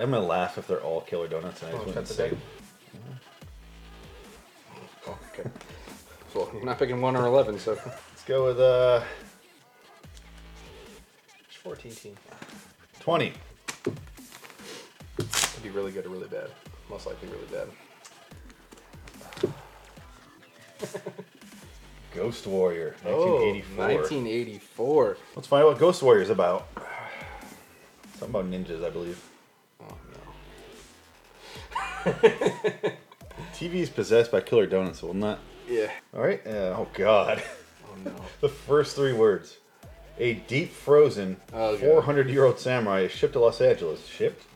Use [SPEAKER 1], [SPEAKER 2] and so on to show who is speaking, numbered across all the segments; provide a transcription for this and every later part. [SPEAKER 1] I'm gonna laugh if they're all Killer Donuts, and I just
[SPEAKER 2] Oh,
[SPEAKER 1] wouldn't
[SPEAKER 2] cut the
[SPEAKER 1] say.
[SPEAKER 2] deck. Oh, okay. So I'm not picking one or eleven. So
[SPEAKER 1] Let's go with uh,
[SPEAKER 2] it's fourteen team.
[SPEAKER 1] twenty.
[SPEAKER 2] Could be really good or really bad. Most likely really bad.
[SPEAKER 1] Ghost Warrior,
[SPEAKER 2] Oh,
[SPEAKER 1] 1984.
[SPEAKER 2] 1984.
[SPEAKER 1] Let's find out what Ghost Warrior's about. Something about ninjas, I believe.
[SPEAKER 2] Oh no.
[SPEAKER 1] TV is possessed by Killer Donuts. Will not.
[SPEAKER 2] Yeah.
[SPEAKER 1] All right. Uh, oh God.
[SPEAKER 2] Oh no.
[SPEAKER 1] The first three words. A deep frozen
[SPEAKER 2] Oh, God.
[SPEAKER 1] 400 year old samurai is shipped to Los Angeles. Shipped?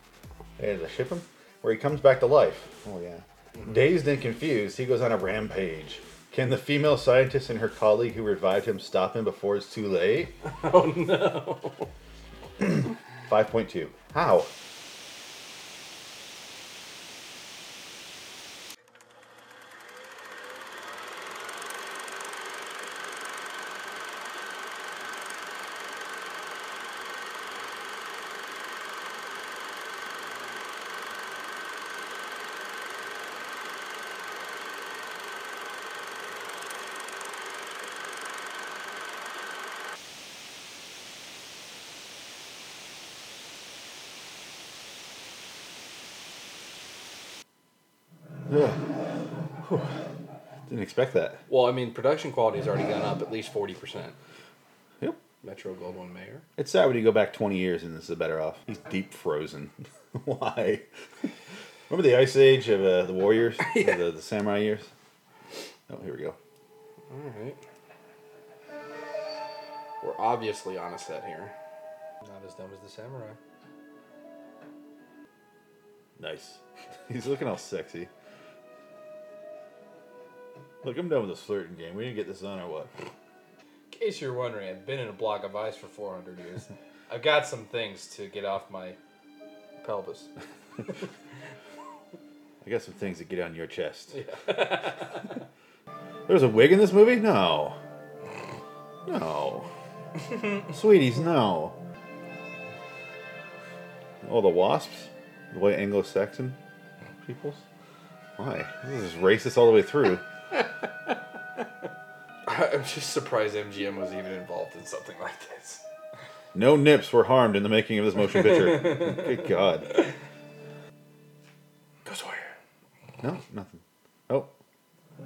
[SPEAKER 1] Hey, did I ship him? Where he comes back to life. Oh, yeah.
[SPEAKER 2] Mm-hmm.
[SPEAKER 1] Dazed and confused, he goes on a rampage. Can the female scientist and her colleague who revived him stop him before it's too late?
[SPEAKER 2] Oh no.
[SPEAKER 1] 5.2. How? Didn't expect that.
[SPEAKER 2] Well, I mean, production quality's already gone up at least forty percent.
[SPEAKER 1] Yep.
[SPEAKER 2] Metro Goldwyn Mayer.
[SPEAKER 1] It's sad when you go back 20 years and this is better off. He's deep frozen. Why? Remember the Ice Age of uh, the Warriors? the, the Samurai years? Oh, here we go.
[SPEAKER 2] All right. We're obviously on a set here. Not as dumb as the samurai.
[SPEAKER 1] Nice. He's looking all sexy. Look, I'm done with this flirting game. We didn't get this on or what?
[SPEAKER 3] In case you're wondering, I've been in a block of ice for 400 years. I've got some things to get off my pelvis.
[SPEAKER 1] I got some things that get on your chest.
[SPEAKER 3] Yeah.
[SPEAKER 1] There's a wig in this movie? No. No. Sweeties, no. Oh, the wasps? The white Anglo Saxon peoples? Why? This is racist all the way through.
[SPEAKER 2] I'm just surprised MGM was even involved in something like this.
[SPEAKER 1] No nips were harmed in the making of this motion picture. Good God.
[SPEAKER 2] Ghost Warrior.
[SPEAKER 1] No, nothing. Oh,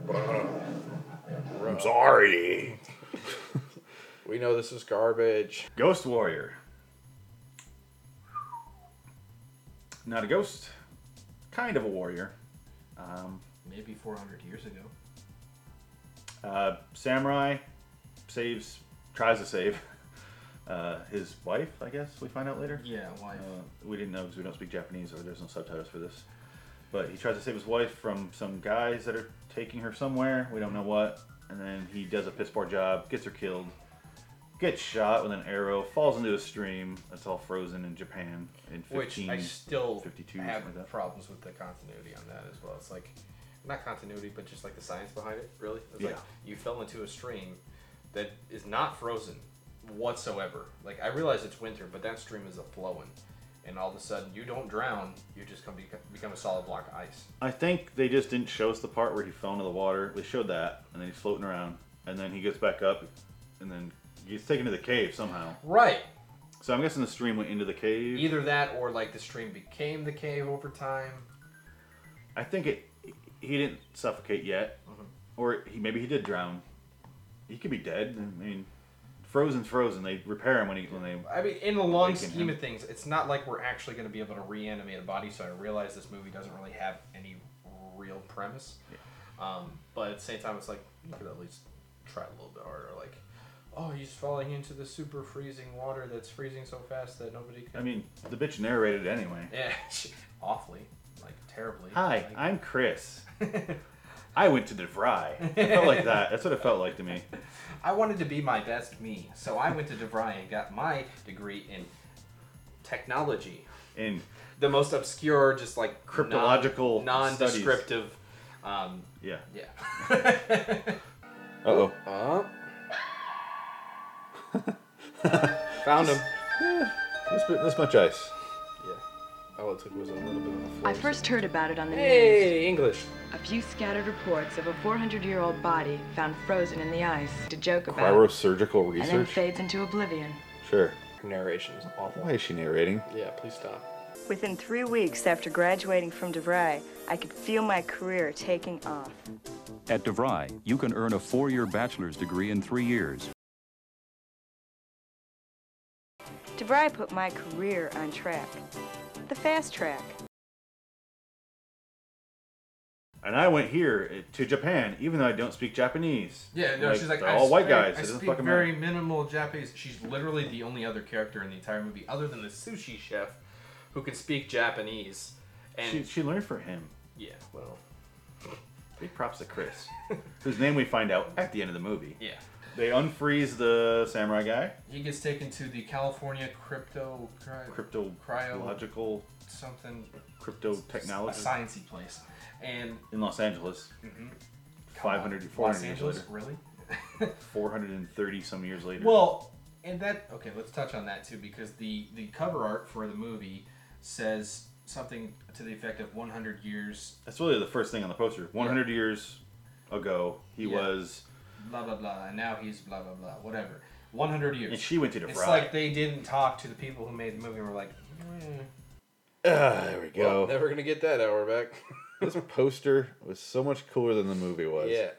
[SPEAKER 2] Bro.
[SPEAKER 1] sorry.
[SPEAKER 2] We know this is garbage.
[SPEAKER 1] Ghost Warrior.
[SPEAKER 4] Not a ghost, kind of a warrior. Um,
[SPEAKER 5] Maybe 400 years ago.
[SPEAKER 4] uh, samurai saves, tries to save uh, his wife, I guess we find out later.
[SPEAKER 5] Yeah, wife.
[SPEAKER 4] Uh, we didn't know because we don't speak Japanese or there's no subtitles for this. But he tries to save his wife from some guys that are taking her somewhere. We don't know what. And then he does a piss poor job, gets her killed, gets shot with an arrow, falls into a stream. That's all frozen in Japan in 15.
[SPEAKER 3] Which I still
[SPEAKER 4] 52,
[SPEAKER 3] have
[SPEAKER 4] something like that.
[SPEAKER 3] problems with the continuity on that as well. It's like, not continuity, but just like the science behind it, really. It's like
[SPEAKER 4] Yeah.
[SPEAKER 3] you fell into a stream that is not frozen whatsoever. Like, I realize it's winter, but that stream is a flowing. And all of a sudden, you don't drown, you just come beco- become a solid block of ice.
[SPEAKER 4] I think they just didn't show us the part where he fell into the water. They showed that, and then he's floating around, and then he gets back up, and then he gets taken to the cave somehow.
[SPEAKER 3] Right.
[SPEAKER 4] So I'm guessing the stream went into the cave.
[SPEAKER 3] Either that or like the stream became the cave over time.
[SPEAKER 4] I think it. He didn't suffocate yet, or he maybe he did drown. He could be dead. I mean, frozen's frozen. They repair him when he when they.
[SPEAKER 3] I mean, in the long
[SPEAKER 4] Awaken
[SPEAKER 3] scheme
[SPEAKER 4] him.
[SPEAKER 3] of things, it's not like we're actually going to be able to reanimate a body, so I realize this movie doesn't really have any real premise. Um, but at the same time, it's like, you could at least try a little bit harder. Like, oh, he's falling into the super freezing water that's freezing so fast that nobody can.
[SPEAKER 4] I mean, the bitch narrated it anyway.
[SPEAKER 3] yeah, awfully. Like, terribly.
[SPEAKER 4] Hi,
[SPEAKER 3] Like,
[SPEAKER 4] I'm Chris. I went to DeVry. It felt like that. That's what it felt like to me.
[SPEAKER 3] I wanted to be my best me, so I went to DeVry and got my degree in technology.
[SPEAKER 4] And
[SPEAKER 3] the most obscure, just like
[SPEAKER 4] Cryptological
[SPEAKER 3] non,
[SPEAKER 4] studies.
[SPEAKER 3] non-descriptive. Um,
[SPEAKER 4] yeah.
[SPEAKER 3] yeah.
[SPEAKER 1] Uh oh.
[SPEAKER 2] Uh. Found him.
[SPEAKER 1] This, bit- this much ice.
[SPEAKER 2] Yeah. all it took was a little bit of a floor.
[SPEAKER 5] I first heard about it on the news.
[SPEAKER 6] Hey, English.
[SPEAKER 5] A few scattered reports of a 400 year old body found frozen in the ice to joke about.
[SPEAKER 1] Cryosurgical
[SPEAKER 5] and then
[SPEAKER 1] research?
[SPEAKER 5] fades into oblivion.
[SPEAKER 1] Sure.
[SPEAKER 2] Her narration is awful.
[SPEAKER 1] Why is she narrating?
[SPEAKER 2] Yeah, please stop.
[SPEAKER 7] Within three weeks after graduating from DeVry, I could feel my career taking off.
[SPEAKER 8] At DeVry, you can earn a four year bachelor's degree in three years.
[SPEAKER 7] DeVry put my career on track. The fast track.
[SPEAKER 4] And I went here eh, to Japan, even though I don't speak Japanese.
[SPEAKER 3] Yeah, no, she's like
[SPEAKER 4] they're
[SPEAKER 3] I
[SPEAKER 4] all white
[SPEAKER 3] speak-
[SPEAKER 4] guys.
[SPEAKER 3] I
[SPEAKER 4] it doesn't
[SPEAKER 3] speak
[SPEAKER 4] fucking
[SPEAKER 3] very
[SPEAKER 4] matter.
[SPEAKER 3] minimal Japanese. She's literally the only other character in the entire movie, other than the sushi chef, who can speak Japanese. And
[SPEAKER 4] She, she learned from him.
[SPEAKER 3] yeah, well,
[SPEAKER 4] Big props to Chris, whose name we find out at the end of the movie.
[SPEAKER 3] yeah.
[SPEAKER 4] They unfreeze the samurai guy.
[SPEAKER 3] He gets taken to the California crypto cry,
[SPEAKER 4] Crypto logical
[SPEAKER 3] something
[SPEAKER 4] crypto technology
[SPEAKER 3] sciencey place, and
[SPEAKER 4] in Los Angeles. 500 to 400
[SPEAKER 3] Mm-hmm. Los
[SPEAKER 4] years
[SPEAKER 3] Angeles,
[SPEAKER 4] later.
[SPEAKER 3] really?
[SPEAKER 4] 430 some years later.
[SPEAKER 3] Well, and that okay. Let's touch on that too, because the the cover art for the movie says something to the effect of 100 years,
[SPEAKER 4] that's really the first thing on the poster. 100 years ago, he
[SPEAKER 3] Yeah.
[SPEAKER 4] was.
[SPEAKER 3] blah blah blah, and now he's blah blah blah, whatever. 100 years.
[SPEAKER 4] And she went to
[SPEAKER 3] It's
[SPEAKER 4] DeVry.
[SPEAKER 3] like they didn't talk to the people who made the movie and were like, "Hmm,
[SPEAKER 1] Ah, there we go.
[SPEAKER 2] Well, never gonna get that hour back.
[SPEAKER 1] this poster was so much cooler than the movie was.
[SPEAKER 2] yeah,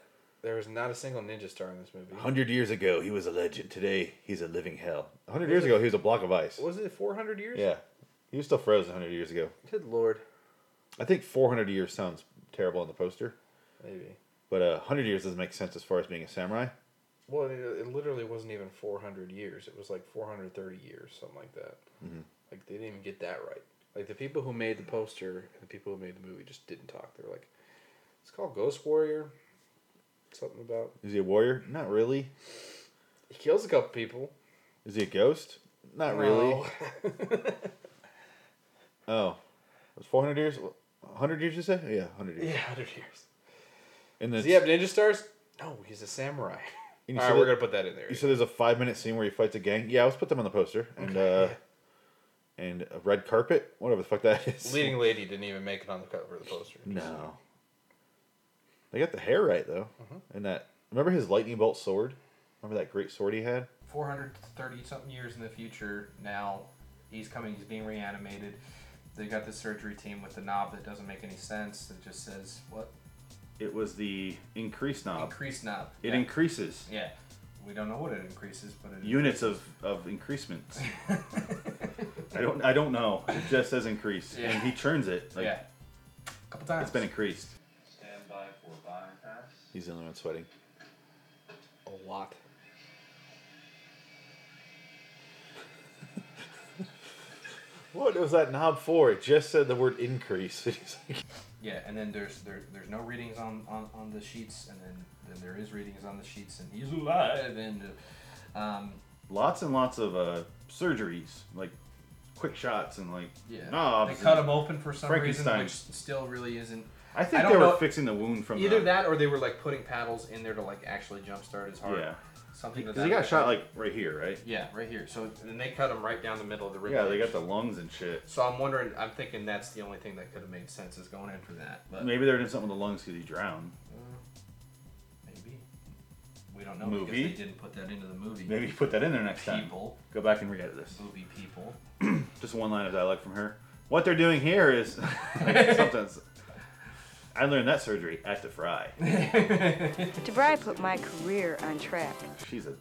[SPEAKER 2] there was not a single ninja star in this movie.
[SPEAKER 1] 100 years ago, he was a legend. Today, he's a living hell. 100 years ago, he was a block of ice.
[SPEAKER 2] Was it 400 years?
[SPEAKER 1] Yeah. He was still frozen 100 years ago.
[SPEAKER 2] Good lord.
[SPEAKER 1] I think 400 years sounds terrible on the poster,
[SPEAKER 2] Maybe.
[SPEAKER 1] but uh, 100 years doesn't make sense as far as being a samurai.
[SPEAKER 2] Well, it, it literally wasn't even 400 years. It was like 430 years, something like that.
[SPEAKER 1] Mm-hmm.
[SPEAKER 2] Like they didn't even get that right. Like the people who made the poster and the people who made the movie just didn't talk. They're like, it's called Ghost Warrior. Something about
[SPEAKER 1] Is he a warrior? Not really.
[SPEAKER 2] he kills a couple people.
[SPEAKER 1] Is he a ghost? Not really.
[SPEAKER 2] No.
[SPEAKER 1] Oh. It was 400 years? 100 years, you say? Yeah, 100 years.
[SPEAKER 2] yeah, 100 years.
[SPEAKER 1] And then
[SPEAKER 2] Does he have ninja stars? No, he's a samurai.
[SPEAKER 1] and you
[SPEAKER 2] All
[SPEAKER 1] said
[SPEAKER 2] right, we're
[SPEAKER 1] that-
[SPEAKER 2] gonna put that in there.
[SPEAKER 1] You said there's a five minute scene where he fights a gang. Yeah, let's put them on the poster and uh, and a red carpet, whatever the fuck that is.
[SPEAKER 2] Leading lady didn't even make it on the cover of the poster.
[SPEAKER 1] No. They got the hair right though,
[SPEAKER 3] Mm-hmm.
[SPEAKER 1] and that remember his lightning bolt sword. Remember that great sword he had.
[SPEAKER 3] 430 something years in the future now he's coming he's being reanimated they got the surgery team with the knob that doesn't make any sense that just says what
[SPEAKER 4] it was the increase knob.
[SPEAKER 3] increase knob
[SPEAKER 4] It
[SPEAKER 3] yeah.
[SPEAKER 4] increases
[SPEAKER 3] yeah we don't know what it increases but it
[SPEAKER 4] units of of increasements. I don't I don't know. It just says increase,
[SPEAKER 3] Yeah.
[SPEAKER 4] and he churns it. Like,
[SPEAKER 3] yeah a couple times
[SPEAKER 4] It's been increased.
[SPEAKER 3] stand by for bypass
[SPEAKER 1] He's the only one sweating.
[SPEAKER 2] A lot.
[SPEAKER 1] What was that knob for? It just said the word increase. He's like-
[SPEAKER 3] yeah and then there's there, there's no readings on, on on the sheets and then then there is readings on the sheets and he's alive and uh, um
[SPEAKER 4] Lots and lots of uh, surgeries, like quick shots and like
[SPEAKER 3] yeah
[SPEAKER 4] knobs.
[SPEAKER 3] they cut
[SPEAKER 4] and-
[SPEAKER 3] him open for some reason
[SPEAKER 4] Frankenstein.
[SPEAKER 3] which still really isn't
[SPEAKER 4] I
[SPEAKER 3] I
[SPEAKER 4] think
[SPEAKER 3] don't
[SPEAKER 4] they were
[SPEAKER 3] know-
[SPEAKER 4] fixing the wound from
[SPEAKER 3] Either
[SPEAKER 4] the,
[SPEAKER 3] that or they were like putting paddles in there to like actually jumpstart his heart.
[SPEAKER 4] Oh, Yeah,
[SPEAKER 3] Something to
[SPEAKER 4] because he
[SPEAKER 3] that
[SPEAKER 4] got shot
[SPEAKER 3] effect.
[SPEAKER 4] like right here, right?
[SPEAKER 3] Yeah, right here. So then they cut him right down the middle of the rib.
[SPEAKER 4] Yeah, they
[SPEAKER 3] cage.
[SPEAKER 4] got the lungs and shit.
[SPEAKER 3] So I'm wondering. I'm thinking that's the only thing that could have made sense is going in for that. But maybe,
[SPEAKER 4] Maybe they're doing something with the lungs because he drowned.
[SPEAKER 3] we don't know
[SPEAKER 4] Movie?
[SPEAKER 3] because they didn't put that into the movie.
[SPEAKER 4] Maybe you put that in there next time.
[SPEAKER 3] people,
[SPEAKER 4] Go back and re-edit this.
[SPEAKER 3] movie people.
[SPEAKER 4] Just one line of dialogue from her. What they're doing here is like, sometimes. I learned that surgery at the fry.
[SPEAKER 7] DeVry put my career on track.
[SPEAKER 4] She's a.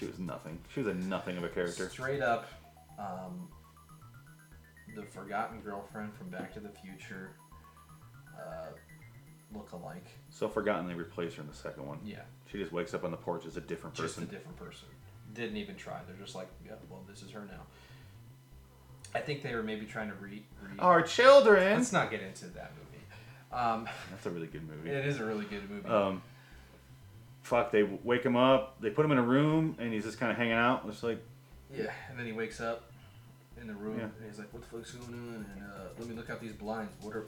[SPEAKER 4] She was nothing. She was a nothing of a character.
[SPEAKER 3] Straight up, um, the forgotten girlfriend from Back to the Future. Uh, look alike.
[SPEAKER 4] So forgotten they replaced her in the second one.
[SPEAKER 3] Yeah.
[SPEAKER 4] She just wakes up on the porch as a different
[SPEAKER 3] just a
[SPEAKER 4] person.
[SPEAKER 3] different person. Didn't even try. They're just like, yeah, well, this is her now. I think they were maybe trying to re. re-
[SPEAKER 4] Our children.
[SPEAKER 3] Let's not get into that movie. Um,
[SPEAKER 4] That's a really good movie.
[SPEAKER 3] it is a really good movie.
[SPEAKER 4] Um, fuck, they wake him up. They put him in a room, and he's just kind of hanging out. It's like,
[SPEAKER 3] yeah, and then he wakes up in the room
[SPEAKER 4] Yeah.
[SPEAKER 3] and he's like, "What the fuck's going on?" And uh, let me look out these blinds. What are?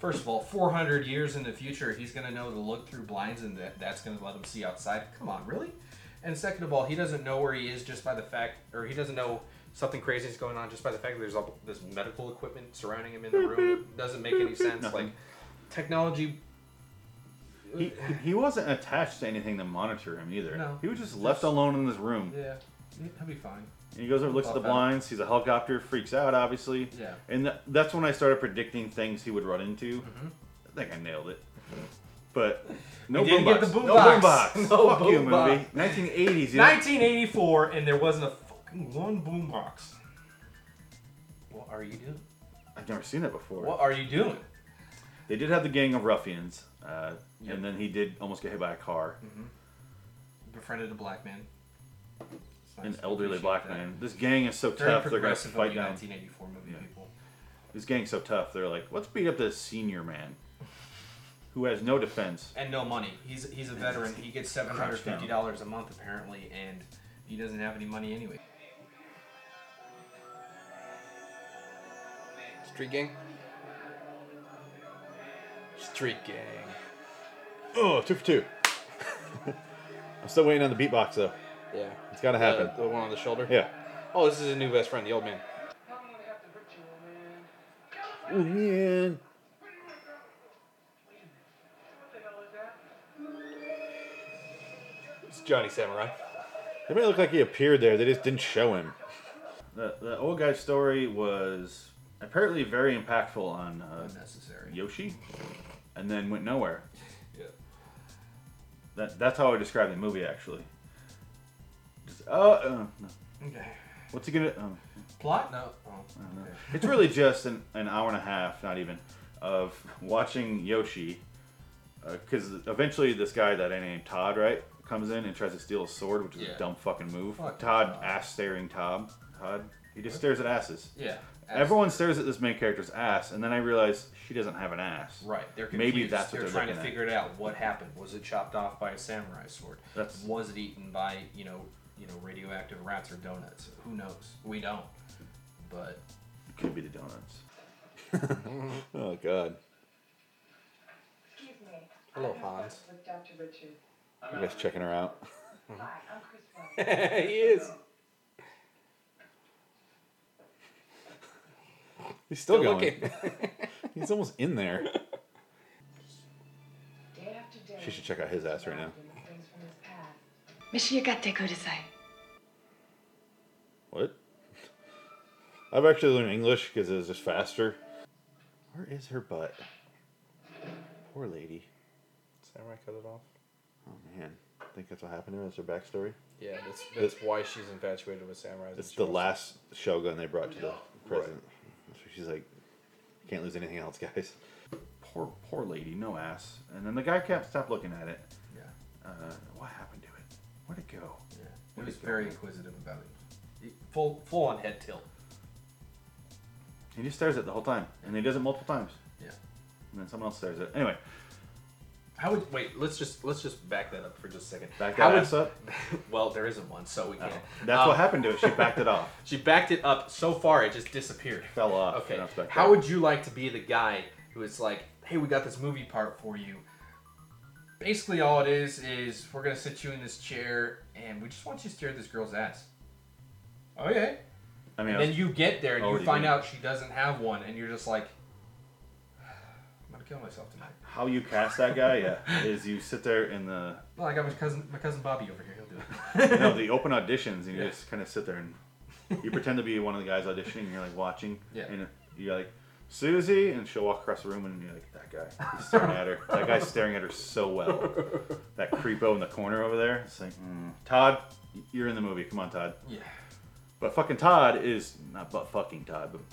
[SPEAKER 3] First of all, 400 years in the future, he's gonna know to look through blinds, and that, that's gonna let him see outside. Come on, really? And second of all, he doesn't know where he is just by the fact, or he doesn't know something crazy is going on just by the fact that there's all this medical equipment surrounding him in the room. It doesn't make any sense. Like technology.
[SPEAKER 4] He, he wasn't attached to anything to monitor him either.
[SPEAKER 3] No.
[SPEAKER 4] He was just left alone in this room.
[SPEAKER 3] Yeah, he'll be fine.
[SPEAKER 4] And he goes over, looks at the
[SPEAKER 3] Pop out.
[SPEAKER 4] blind, sees a helicopter, freaks out, obviously.
[SPEAKER 3] Yeah.
[SPEAKER 4] And th- that's when I started predicting things he would run into.
[SPEAKER 3] Mm-hmm.
[SPEAKER 4] I think I nailed it. But no
[SPEAKER 3] We didn't
[SPEAKER 4] boombox.
[SPEAKER 3] get the
[SPEAKER 4] No
[SPEAKER 3] boombox.
[SPEAKER 4] boombox.
[SPEAKER 3] No
[SPEAKER 4] Fuck you,
[SPEAKER 3] boombox.
[SPEAKER 4] movie. 1980s. You know?
[SPEAKER 3] 1984, and there wasn't a fucking one boombox. What are you doing?
[SPEAKER 4] I've never seen it before.
[SPEAKER 3] What are you doing?
[SPEAKER 4] They did have the gang of ruffians, uh, and then he did almost get hit by a car.
[SPEAKER 3] Befriended a black man. It's nice.
[SPEAKER 4] An elderly
[SPEAKER 3] Appreciate
[SPEAKER 4] black
[SPEAKER 3] that.
[SPEAKER 4] man. This gang is so
[SPEAKER 3] Very
[SPEAKER 4] tough. They're gonna
[SPEAKER 3] progressive of
[SPEAKER 4] fight
[SPEAKER 3] you
[SPEAKER 4] down.
[SPEAKER 3] 1984 movie people.
[SPEAKER 4] This gang's so tough. They're like, let's beat up this senior man who has no defense.
[SPEAKER 3] and no money. He's he's a veteran. He gets seven hundred fifty dollars a month apparently, and he doesn't have any money anyway.
[SPEAKER 2] Street gang. Street gang.
[SPEAKER 1] Oh, two for two. I'm still waiting on the beatbox though.
[SPEAKER 2] Yeah.
[SPEAKER 1] It's gotta happen.
[SPEAKER 2] The, the one on the shoulder.
[SPEAKER 1] Yeah.
[SPEAKER 2] Oh, this is a new best friend, the old man.
[SPEAKER 1] Oh man.
[SPEAKER 2] It's Johnny Samurai.
[SPEAKER 1] It may look like he appeared there. They just didn't show him.
[SPEAKER 4] The, the old guy's story was apparently very impactful on uh,
[SPEAKER 3] Unnecessary.
[SPEAKER 4] Yoshi, and then went nowhere.
[SPEAKER 3] Yeah.
[SPEAKER 4] That, that's how I describe the movie, actually. Just, oh, uh, no.
[SPEAKER 3] Okay.
[SPEAKER 4] what's he gonna? Um,
[SPEAKER 3] Plot? No. Oh, okay.
[SPEAKER 4] It's really just an, an hour and a half, not even, of watching Yoshi. Because eventually, this guy that I named Todd, right, comes in and tries to steal a sword, which is
[SPEAKER 3] Yeah.
[SPEAKER 4] a dumb fucking move.
[SPEAKER 3] Fuck
[SPEAKER 4] Todd,
[SPEAKER 3] Todd.
[SPEAKER 4] ass staring Todd. Todd. He just stares at asses.
[SPEAKER 3] Yeah.
[SPEAKER 4] Everyone stares at this main character's ass, and then I realize she doesn't have an ass.
[SPEAKER 3] Right. They're confused.
[SPEAKER 4] Maybe that's what
[SPEAKER 3] they're,
[SPEAKER 4] they're
[SPEAKER 3] trying to
[SPEAKER 4] looking at.
[SPEAKER 3] figure it out. What happened? Was it chopped off by a samurai sword?
[SPEAKER 4] That's-
[SPEAKER 3] Was it eaten by you know you know radioactive rats or donuts? Who knows? We don't. But
[SPEAKER 4] It could be the donuts.
[SPEAKER 1] Oh god.
[SPEAKER 6] Excuse me.
[SPEAKER 2] Hello,
[SPEAKER 6] I'm in
[SPEAKER 2] Hans.
[SPEAKER 6] contact With Dr. Richard.
[SPEAKER 1] I guess checking her out.
[SPEAKER 6] Hi, I'm Chris Wells.
[SPEAKER 2] he is.
[SPEAKER 1] He's still,
[SPEAKER 2] Still
[SPEAKER 1] going.
[SPEAKER 2] looking.
[SPEAKER 1] He's almost in there.
[SPEAKER 6] Day after day.
[SPEAKER 1] She should check out his ass right now.
[SPEAKER 6] Things from his past.
[SPEAKER 5] Mishigate kudasai.
[SPEAKER 1] What? I've actually learned English because it was just faster. Where is her butt? Poor lady.
[SPEAKER 2] Samurai cut it off.
[SPEAKER 1] Oh man. Think that's what happened to her? That's her backstory?
[SPEAKER 2] Yeah, that's that's why she's infatuated with samurais. and
[SPEAKER 1] It's
[SPEAKER 2] she
[SPEAKER 1] the
[SPEAKER 2] wants-
[SPEAKER 1] last shogun they brought to the president. So she's like, can't lose anything else, guys.
[SPEAKER 4] Poor, poor lady, no ass. And then the guy kept stopped looking at it.
[SPEAKER 3] yeah,
[SPEAKER 4] Uh, what happened to it? Where'd it go?
[SPEAKER 3] yeah. It was very inquisitive about it. Full full on head tilt.
[SPEAKER 4] He just stares at it the whole time, and he does it multiple times.
[SPEAKER 3] Yeah.
[SPEAKER 4] And then someone else stares at it. Anyway,
[SPEAKER 3] How would wait? Let's just let's just back that up for just a second.
[SPEAKER 4] Back
[SPEAKER 3] How
[SPEAKER 4] that
[SPEAKER 3] would-
[SPEAKER 4] ass up? Oh,
[SPEAKER 3] Well, there isn't one, so we can't.
[SPEAKER 4] that's
[SPEAKER 3] Um,
[SPEAKER 4] what happened to it. She backed it off.
[SPEAKER 3] She backed it up so far it just disappeared.
[SPEAKER 4] Fell off.
[SPEAKER 3] Okay.
[SPEAKER 4] and it's back
[SPEAKER 3] How
[SPEAKER 4] Oh, up.
[SPEAKER 3] would you like to be the guy who is like, "Hey, we got this movie part for you." Basically, all it is is we're gonna sit you in this chair, and we just want you to stare at this girl's ass. Okay.
[SPEAKER 4] I mean,
[SPEAKER 3] And
[SPEAKER 4] I was-
[SPEAKER 3] then you get there and
[SPEAKER 4] Oh,
[SPEAKER 3] you
[SPEAKER 4] do you
[SPEAKER 3] find
[SPEAKER 4] mean-
[SPEAKER 3] out she doesn't have one, and you're just like, "I'm gonna kill myself tonight."
[SPEAKER 4] how you cast that guy? Yeah, is you sit there in the
[SPEAKER 3] Well, I got my cousin, my cousin Bobby over here. He'll do
[SPEAKER 4] you
[SPEAKER 3] it.
[SPEAKER 4] know, the open auditions, and you
[SPEAKER 3] Yeah.
[SPEAKER 4] just kind of sit there and you pretend to be one of the guys auditioning. and You're like watching,
[SPEAKER 3] Yeah.
[SPEAKER 4] and you're like Susie, and she'll walk across the room, and you're like that guy. He's staring at her. That guy's staring at her so well. That creepo in the corner over there. It's like mm, Todd, you're in the movie. Come on, Todd.
[SPEAKER 3] Yeah.
[SPEAKER 4] But fucking Todd is not but fucking Todd, but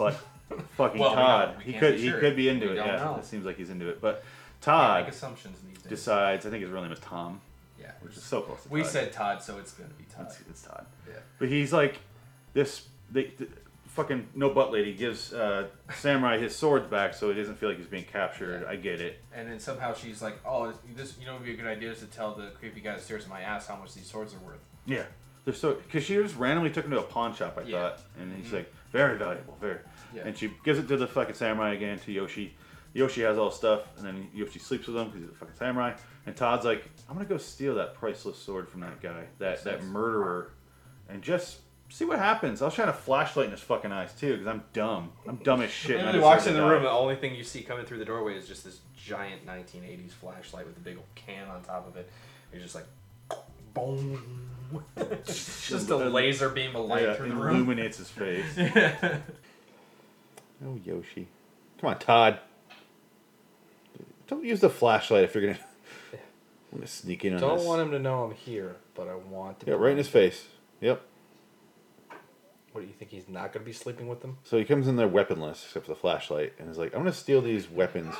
[SPEAKER 4] but fucking
[SPEAKER 3] Well, we don't-
[SPEAKER 4] Todd.
[SPEAKER 3] we
[SPEAKER 4] he
[SPEAKER 3] can't
[SPEAKER 4] could
[SPEAKER 3] be
[SPEAKER 4] he
[SPEAKER 3] sure.
[SPEAKER 4] could be into
[SPEAKER 3] We
[SPEAKER 4] it.
[SPEAKER 3] don't
[SPEAKER 4] Yeah,
[SPEAKER 3] know.
[SPEAKER 4] it seems like he's into it. But
[SPEAKER 3] make
[SPEAKER 4] Todd
[SPEAKER 3] assumptions these days.
[SPEAKER 4] decides. I think his real name is Tom,
[SPEAKER 3] yeah,
[SPEAKER 4] which is so close. To
[SPEAKER 3] we
[SPEAKER 4] Todd.
[SPEAKER 3] said Todd, so it's gonna be Todd.
[SPEAKER 4] it's, it's Todd.
[SPEAKER 3] Yeah.
[SPEAKER 4] But he's like this. They, th fucking no butt lady gives uh, samurai his swords back, so he doesn't feel like he's being captured. I get it.
[SPEAKER 3] And then somehow she's like, "Oh, this you know, would be a good idea is to tell the creepy guy upstairs in my ass how much these swords are worth."
[SPEAKER 4] Yeah. They're so because she just randomly took him to a pawn shop. I
[SPEAKER 3] Yeah. Mm-hmm.
[SPEAKER 4] thought, and he's like, very valuable, very.
[SPEAKER 3] Yeah.
[SPEAKER 4] And she gives it to the fucking samurai again to Yoshi. Yoshi has all the stuff, and then Yoshi sleeps with him because he's a fucking samurai. And Todd's like, I'm gonna go steal that priceless sword from that guy, that that murderer, and just see what happens. I was trying to flashlight in his fucking eyes too, because I'm dumb. I'm dumb as shit.
[SPEAKER 3] And
[SPEAKER 4] I
[SPEAKER 3] then he
[SPEAKER 4] deserve
[SPEAKER 3] walks
[SPEAKER 4] to
[SPEAKER 3] in the
[SPEAKER 4] die.
[SPEAKER 3] room, and the only thing you see coming through the doorway is just this giant 1980s flashlight with a big old can on top of it. You're just like, boom. just a laser beam of light
[SPEAKER 4] Yeah,
[SPEAKER 3] through the room.
[SPEAKER 4] illuminates his face.
[SPEAKER 1] Oh, Yoshi. Come on, Todd. Don't use the flashlight if you're gonna. I'm gonna sneak in on
[SPEAKER 2] Don't
[SPEAKER 1] this.
[SPEAKER 2] want him to know I'm here, but I want to.
[SPEAKER 1] Yeah, right in his face. Yep.
[SPEAKER 2] What do you think? He's not going to be sleeping with them?
[SPEAKER 1] So he comes in there weaponless, except for the flashlight, and is like, "I'm gonna steal these weapons."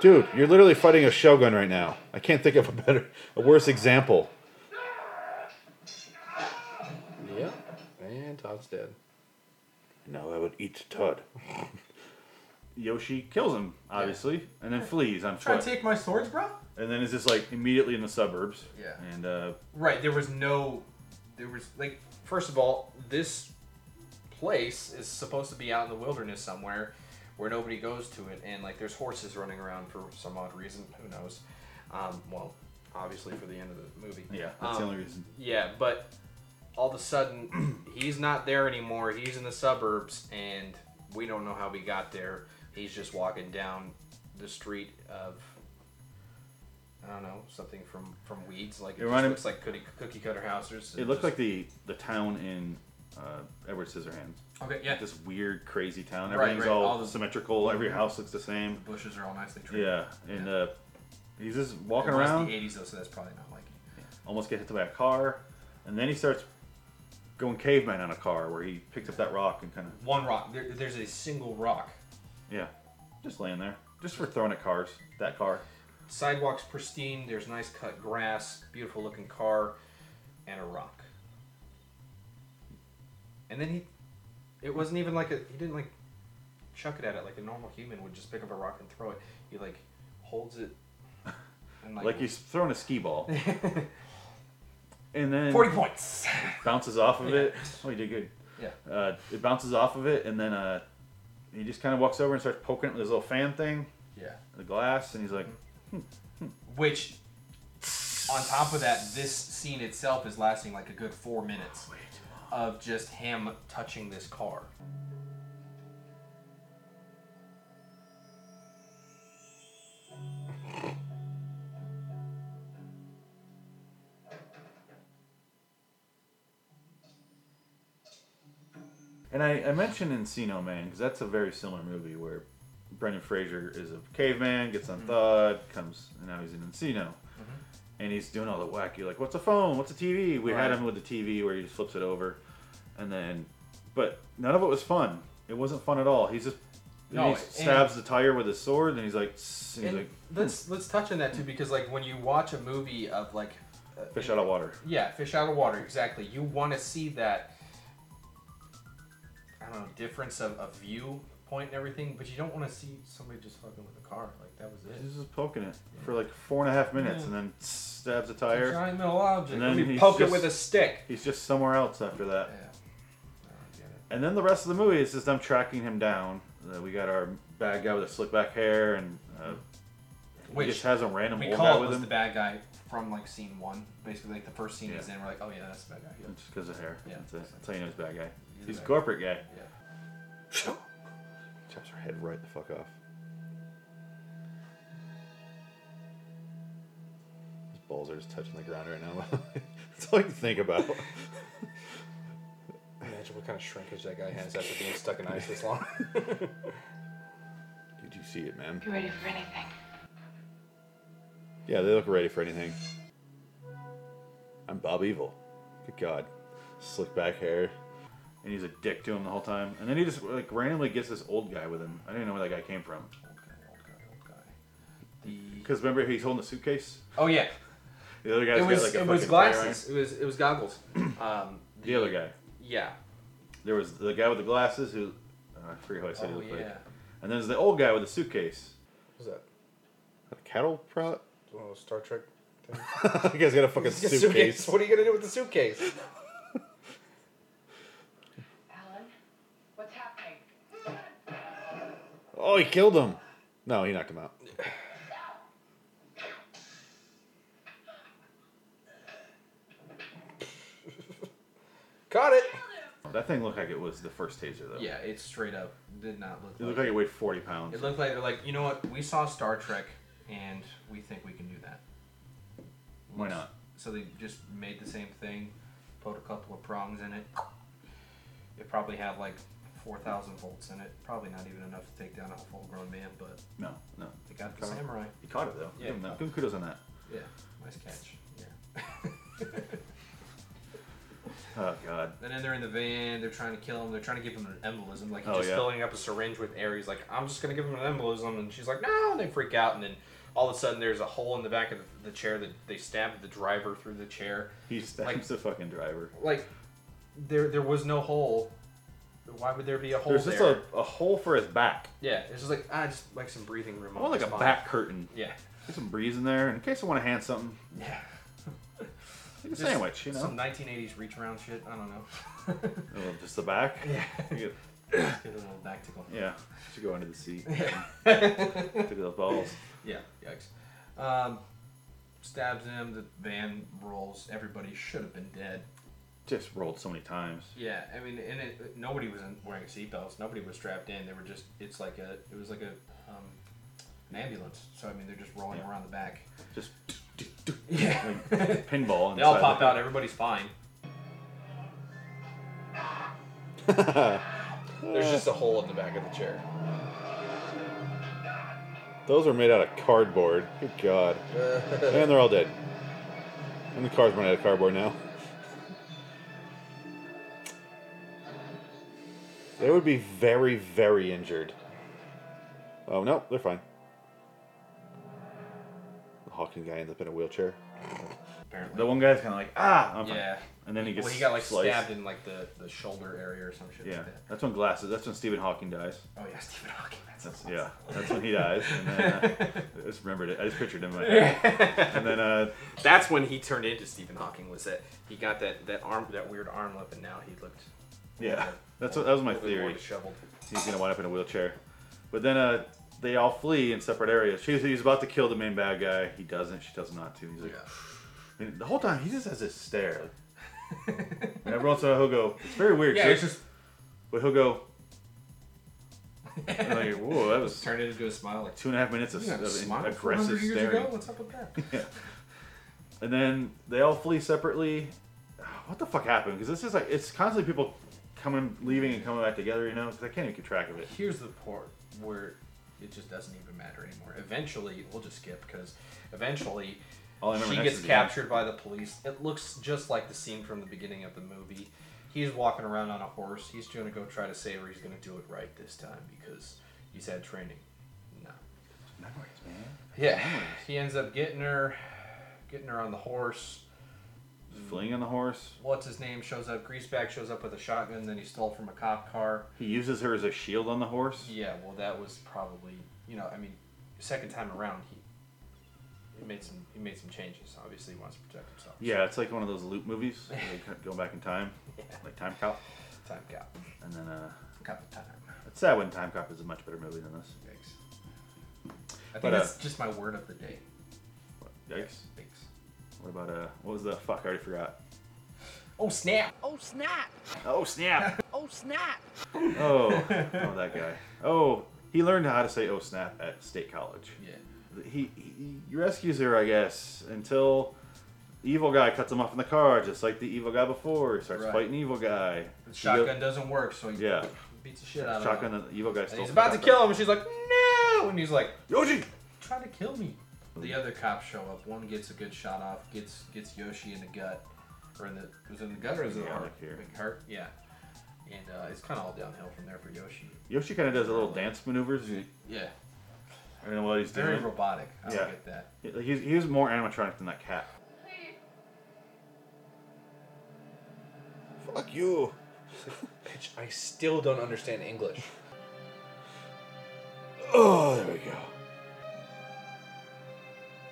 [SPEAKER 1] Dude, you're literally fighting a shogun right now. I can't think of a better, a worse example.
[SPEAKER 2] Yep. And Todd's dead.
[SPEAKER 1] No, I would eat Todd.
[SPEAKER 4] Yoshi kills him, obviously, and then flees on foot.
[SPEAKER 3] take my swords, bro?
[SPEAKER 4] and then is just like immediately in the suburbs.
[SPEAKER 3] Yeah.
[SPEAKER 4] And uh,
[SPEAKER 3] Right, there was no. There was, like, first of all, this place is supposed to be out in the wilderness somewhere where nobody goes to it, and, like, there's horses running around for some odd reason. Who knows? Um, well, obviously for the end of the movie.
[SPEAKER 4] yeah, that's
[SPEAKER 3] Um,
[SPEAKER 4] the only reason.
[SPEAKER 3] Yeah, but all of a sudden he's not there anymore. He's in the suburbs, and we don't know how he got there. He's just walking down the street of I don't know something from from weeds. Like
[SPEAKER 4] It
[SPEAKER 3] it, just
[SPEAKER 4] reminded-
[SPEAKER 3] looks like cookie, cookie cutter houses.
[SPEAKER 4] It looked like the the town in uh, Edward Scissorhands.
[SPEAKER 3] okay, yeah.
[SPEAKER 4] This weird, crazy town.
[SPEAKER 3] Right,
[SPEAKER 4] Everything's
[SPEAKER 3] right,
[SPEAKER 4] all,
[SPEAKER 3] all the- Mhm.
[SPEAKER 4] symmetrical. Every house looks the same.
[SPEAKER 3] bushes are all nicely treated.
[SPEAKER 4] Yeah, and uh, he's just walking
[SPEAKER 3] It was
[SPEAKER 4] around.
[SPEAKER 3] the '80s though, so that's probably not like it.
[SPEAKER 4] almost gets hit by a car, and then he starts going caveman on a car where he picks up that rock and kind of
[SPEAKER 3] one rock. There, there's a single rock.
[SPEAKER 4] yeah, just laying there, just for throwing at cars. That car.
[SPEAKER 3] Sidewalks pristine. There's nice cut grass, beautiful looking car, and a rock. And then he, it wasn't even like a. He didn't like chuck it at it like a normal human would just pick up a rock and throw it. He like holds it. And like,
[SPEAKER 4] Like he's throwing a skee ball. and then
[SPEAKER 3] forty points.
[SPEAKER 4] bounces off of it. Oh, he did good.
[SPEAKER 3] yeah.
[SPEAKER 4] Uh, it bounces off of it, and then uh, he just kind of walks over and starts poking it with his little fan thing,
[SPEAKER 3] Yeah.
[SPEAKER 4] the glass, and he's like,
[SPEAKER 3] Which, on top of that, this scene itself is lasting like a good four minutes of just him touching this car.
[SPEAKER 4] and I, I mentioned Encino Man because that's a very similar movie where Brendan Fraser is a caveman, gets
[SPEAKER 3] Mm-hmm.
[SPEAKER 4] on thawed, comes, and now he's in Encino. And he's doing all the wacky, like, what's a phone? What's a TV? We had
[SPEAKER 3] Right.
[SPEAKER 4] him with the TV where he just flips it over. And then, but none of it was fun. It wasn't fun at all. He's just,
[SPEAKER 3] No,
[SPEAKER 4] he
[SPEAKER 3] and-
[SPEAKER 4] stabs the tire with his sword, and he's like, "Tss," and he's
[SPEAKER 3] And
[SPEAKER 4] like, hmm.
[SPEAKER 3] let's let's touch on that too because like when you watch a movie of like uh,
[SPEAKER 4] fish out of water.
[SPEAKER 3] yeah fish out of water exactly you want to see that I don't know difference of, of view point and everything but you don't want to see somebody just fucking with a car like that was it
[SPEAKER 4] He's just poking it for like four and a half minutes and then stabs a
[SPEAKER 3] It's a
[SPEAKER 4] tire.
[SPEAKER 3] giant metal object
[SPEAKER 4] And
[SPEAKER 3] let
[SPEAKER 4] then
[SPEAKER 3] me
[SPEAKER 4] he's
[SPEAKER 3] poke it
[SPEAKER 4] just-
[SPEAKER 3] with a stick
[SPEAKER 4] He's just somewhere else after that.
[SPEAKER 3] yeah I don't get it.
[SPEAKER 4] And then the rest of the movie is just them tracking him down. Uh, we got our bad guy with the slick back hair and uh,
[SPEAKER 3] Which
[SPEAKER 4] he just has a random
[SPEAKER 3] we
[SPEAKER 4] old guy
[SPEAKER 3] call it
[SPEAKER 4] with
[SPEAKER 3] was
[SPEAKER 4] him.
[SPEAKER 3] the bad guy from like scene one basically like the first scene he's
[SPEAKER 4] Yeah.
[SPEAKER 3] in we're like oh yeah that's the bad guy yeah.
[SPEAKER 4] Just because of hair.
[SPEAKER 3] Yeah.
[SPEAKER 4] That's, it. That's how you know he's a bad guy.
[SPEAKER 3] He's a
[SPEAKER 4] He's a
[SPEAKER 3] bad guy.
[SPEAKER 4] corporate guy.
[SPEAKER 3] yeah
[SPEAKER 1] Chops her head right the fuck off. His balls are just touching the ground right now. That's all I can think about.
[SPEAKER 2] Imagine what kind of shrinkage that guy has after being stuck in ice this long.
[SPEAKER 1] Did you see it, man?
[SPEAKER 6] Be ready for anything.
[SPEAKER 1] Yeah, they look ready for anything. I'm Bob Evil. Good God. Slick back hair.
[SPEAKER 4] And he's a dick to him the whole time. And then he just like randomly gets this old guy with him. I didn't know where that guy came from.
[SPEAKER 3] old guy old guy old guy the
[SPEAKER 4] Because remember, he's holding a suitcase.
[SPEAKER 3] oh yeah
[SPEAKER 4] The other guy's
[SPEAKER 3] it was
[SPEAKER 4] got like a
[SPEAKER 3] it was
[SPEAKER 4] fucking tire iron.
[SPEAKER 3] glasses. It was it was goggles. Um,
[SPEAKER 4] The other guy.
[SPEAKER 3] yeah.
[SPEAKER 4] There was the guy with the glasses who uh, I forget how I said he
[SPEAKER 3] Oh
[SPEAKER 4] looked like.
[SPEAKER 3] yeah.
[SPEAKER 4] And then there's the old guy with the suitcase.
[SPEAKER 2] What's that?
[SPEAKER 1] A cattle prod?
[SPEAKER 2] One of those Star Trek things?
[SPEAKER 1] you guys got a fucking suitcase.
[SPEAKER 2] What are you going to do with the suitcase?
[SPEAKER 6] Alan, what's happening?
[SPEAKER 1] Oh, he killed him. No, he knocked him out.
[SPEAKER 4] That thing looked like it was the first taser though.
[SPEAKER 3] Yeah, it straight up did not look.
[SPEAKER 4] It looked
[SPEAKER 3] like
[SPEAKER 4] like it weighed 40 pounds.
[SPEAKER 3] It looked like they're like, you know what? We saw Star Trek, and we think we can do that.
[SPEAKER 4] Why not?
[SPEAKER 3] So they just made the same thing, put a couple of prongs in it. It probably had like four thousand volts in it. Probably not even enough to take down a full-grown man, but
[SPEAKER 4] No, no.
[SPEAKER 3] they got the
[SPEAKER 4] Caught it.
[SPEAKER 3] samurai.
[SPEAKER 4] He caught it though.
[SPEAKER 3] Yeah,
[SPEAKER 4] give, him,
[SPEAKER 3] he
[SPEAKER 4] that.
[SPEAKER 3] caught
[SPEAKER 4] give him kudos on that.
[SPEAKER 3] Yeah, nice catch. Yeah.
[SPEAKER 4] Oh god.
[SPEAKER 3] And then they're in the van. They're trying to kill him. They're trying to give him an embolism. Like he's
[SPEAKER 4] Oh,
[SPEAKER 3] just
[SPEAKER 4] yeah.
[SPEAKER 3] filling up a syringe with air. He's like, I'm just gonna give him an embolism, and she's like, No. And they freak out, and then all of a sudden there's a hole in the back of the chair that they stabbed the driver through the chair.
[SPEAKER 4] He stabs
[SPEAKER 3] Like-
[SPEAKER 4] the fucking driver.
[SPEAKER 3] Like there, there was no hole. Why would there be a hole
[SPEAKER 4] There's
[SPEAKER 3] there?
[SPEAKER 4] just a, a hole for his back.
[SPEAKER 3] Yeah, it's just like ah, just like some breathing room.
[SPEAKER 4] I
[SPEAKER 3] on
[SPEAKER 4] want like
[SPEAKER 3] the
[SPEAKER 4] a
[SPEAKER 3] spine.
[SPEAKER 4] back curtain.
[SPEAKER 3] Yeah,
[SPEAKER 4] Get some breeze in there in case I want to hand something.
[SPEAKER 3] yeah.
[SPEAKER 4] Like a sandwich, you know.
[SPEAKER 3] Some 1980s reach around shit. I don't know.
[SPEAKER 4] Oh, just the back.
[SPEAKER 3] yeah,
[SPEAKER 4] You get-
[SPEAKER 3] Just get a little back tickle.
[SPEAKER 4] Yeah. Should go under the seat. Look at those balls.
[SPEAKER 3] Yeah, yikes. Um, stabs him, the van rolls. Everybody should have been dead.
[SPEAKER 4] Just rolled so many times.
[SPEAKER 3] Yeah, I mean, and it, nobody was in, wearing seatbelts. Nobody was strapped in. They were just, it's like a, it was like a, um, an ambulance. So, I mean, they're just rolling
[SPEAKER 4] Yeah.
[SPEAKER 3] around the back.
[SPEAKER 4] Just
[SPEAKER 3] Yeah.
[SPEAKER 4] like pinball.
[SPEAKER 3] They all
[SPEAKER 4] inside
[SPEAKER 3] pop
[SPEAKER 4] the-
[SPEAKER 3] out. Everybody's fine.
[SPEAKER 2] There's just a hole in the back of the chair.
[SPEAKER 1] Those are made out of cardboard. Good God. and they're all dead. And the car's run out of cardboard now. They would be very, very injured. Oh, no, they're fine. The Hawking guy ends up in a wheelchair.
[SPEAKER 3] Apparently.
[SPEAKER 4] The one guy's kind of like, ah, I'm fine.
[SPEAKER 3] yeah.
[SPEAKER 4] And then he gets
[SPEAKER 3] well, he got like
[SPEAKER 4] sliced.
[SPEAKER 3] stabbed in like the, the shoulder area or some shit
[SPEAKER 4] Yeah,
[SPEAKER 3] like that.
[SPEAKER 4] that's when glasses. That's when Stephen Hawking dies.
[SPEAKER 3] Oh yeah, Stephen Hawking. That's,
[SPEAKER 4] That's
[SPEAKER 3] awesome.
[SPEAKER 4] yeah. That's when he dies. And then, uh, I just remembered it. I just pictured him in my head. And then uh,
[SPEAKER 3] That's when he turned into Stephen Hawking. Was that he got that, that arm that weird arm limp, and now he looked
[SPEAKER 4] yeah, that's what, that was my
[SPEAKER 3] a little bit more
[SPEAKER 4] theory.
[SPEAKER 3] disheveled.
[SPEAKER 4] He's gonna wind up in a wheelchair. But then uh, they all flee in separate areas. She's he's about to kill the main bad guy. He doesn't. She does not too. He's like, and the whole time he just has this stare. and every once in a while he'll go. It's very weird. 'cause
[SPEAKER 3] Yeah, it's
[SPEAKER 4] there's- But he'll go. and like, whoa, that was
[SPEAKER 3] Turned it into a smile. Like
[SPEAKER 4] two and a half minutes of,
[SPEAKER 3] "You got a smile
[SPEAKER 4] of
[SPEAKER 3] 400
[SPEAKER 4] aggressive
[SPEAKER 3] years
[SPEAKER 4] staring.
[SPEAKER 3] ago? What's up with that?
[SPEAKER 4] and then they all flee separately. What the fuck happened? Because this is like it's constantly people coming, leaving, and coming back together. You know, because I can't even keep track of it.
[SPEAKER 3] Here's the part where it just doesn't even matter anymore. Eventually, we'll just skip because eventually
[SPEAKER 4] All I remember
[SPEAKER 3] she
[SPEAKER 4] next
[SPEAKER 3] gets
[SPEAKER 4] is the end.
[SPEAKER 3] captured by the police. It looks just like the scene from the beginning of the movie. He's walking around on a horse. He's going to go try to save her. He's going to do it right this time because he's had training. No.
[SPEAKER 4] Memories, man.
[SPEAKER 3] Yeah. He ends up getting her, getting her on the horse.
[SPEAKER 4] Fleeing on the horse.
[SPEAKER 3] What's his name shows up? Greaseback shows up with a shotgun. Then he stole from a cop car.
[SPEAKER 4] He uses her as a shield on the horse.
[SPEAKER 3] Yeah, well, that was probably you know I mean, second time around he he made some he made some changes. Obviously, he wants to protect himself.
[SPEAKER 4] Yeah, it's like one of those loop movies. where They kind of go back in time, like Time Cop.
[SPEAKER 3] time cop,
[SPEAKER 4] And then uh,
[SPEAKER 3] cop of time.
[SPEAKER 4] it's sad when Time Cop is a much better movie than this.
[SPEAKER 3] Thanks. I think
[SPEAKER 4] But, uh,
[SPEAKER 3] that's just my word of the day.
[SPEAKER 4] Yikes.
[SPEAKER 3] Thanks.
[SPEAKER 4] What about uh, what was the fuck? I already forgot.
[SPEAKER 3] Oh snap!
[SPEAKER 4] Oh snap! oh snap! Oh, oh that guy. Oh, he learned how to say "oh snap" at state college.
[SPEAKER 3] Yeah.
[SPEAKER 4] He, he, he rescues her, I guess, until the evil guy cuts him off in the car, just like the evil guy before. He starts
[SPEAKER 3] Right.
[SPEAKER 4] fighting evil guy.
[SPEAKER 3] The
[SPEAKER 4] He
[SPEAKER 3] shotgun doesn't work, so
[SPEAKER 4] Goes,
[SPEAKER 3] he
[SPEAKER 4] yeah.
[SPEAKER 3] beats the shit out
[SPEAKER 4] Shotgun.
[SPEAKER 3] of him.
[SPEAKER 4] The evil guy.
[SPEAKER 3] And
[SPEAKER 4] steals
[SPEAKER 3] he's
[SPEAKER 4] the
[SPEAKER 3] about to
[SPEAKER 4] shotgun.
[SPEAKER 3] kill him, and she's like, "No!" And he's like,
[SPEAKER 4] Yoshi.
[SPEAKER 3] "Try to kill me." The other cops show up. One gets a good shot off. gets gets Yoshi in the gut, or in the was it in the gut or is it the
[SPEAKER 4] Yeah,
[SPEAKER 3] heart?
[SPEAKER 4] like here.
[SPEAKER 3] Like heart, yeah. And uh, it's kind of all downhill from there for Yoshi.
[SPEAKER 4] Yoshi kind of does a little dance maneuvers.
[SPEAKER 3] Yeah,
[SPEAKER 4] I don't know what he's
[SPEAKER 3] very
[SPEAKER 4] doing.
[SPEAKER 3] robotic. I
[SPEAKER 4] Yeah.
[SPEAKER 3] don't get that.
[SPEAKER 4] He- He's, he was more animatronic than that cat.
[SPEAKER 6] Please.
[SPEAKER 1] Fuck you.
[SPEAKER 2] Bitch, I still don't understand English.
[SPEAKER 1] Oh, there we go.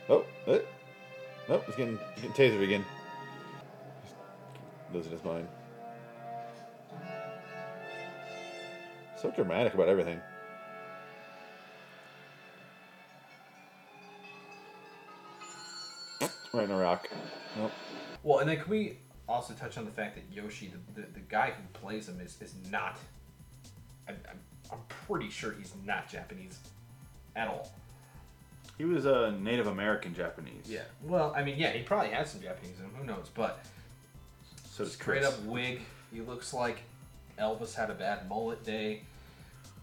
[SPEAKER 1] Oh, eh. nope, he's getting, he's getting tasered again. He's losing his mind. So dramatic about everything. Right in a rock. Nope.
[SPEAKER 3] Well, and then can we also touch on the fact that Yoshi, the, the, the guy who plays him, is, is not. I, I'm, I'm pretty sure he's not Japanese at all.
[SPEAKER 4] He was a Native American Japanese.
[SPEAKER 3] Yeah. Well, I mean, yeah, he probably has some Japanese in him. Who knows? But
[SPEAKER 4] So it's
[SPEAKER 3] straight
[SPEAKER 4] Chris.
[SPEAKER 3] up wig. He looks like Elvis had a bad mullet day.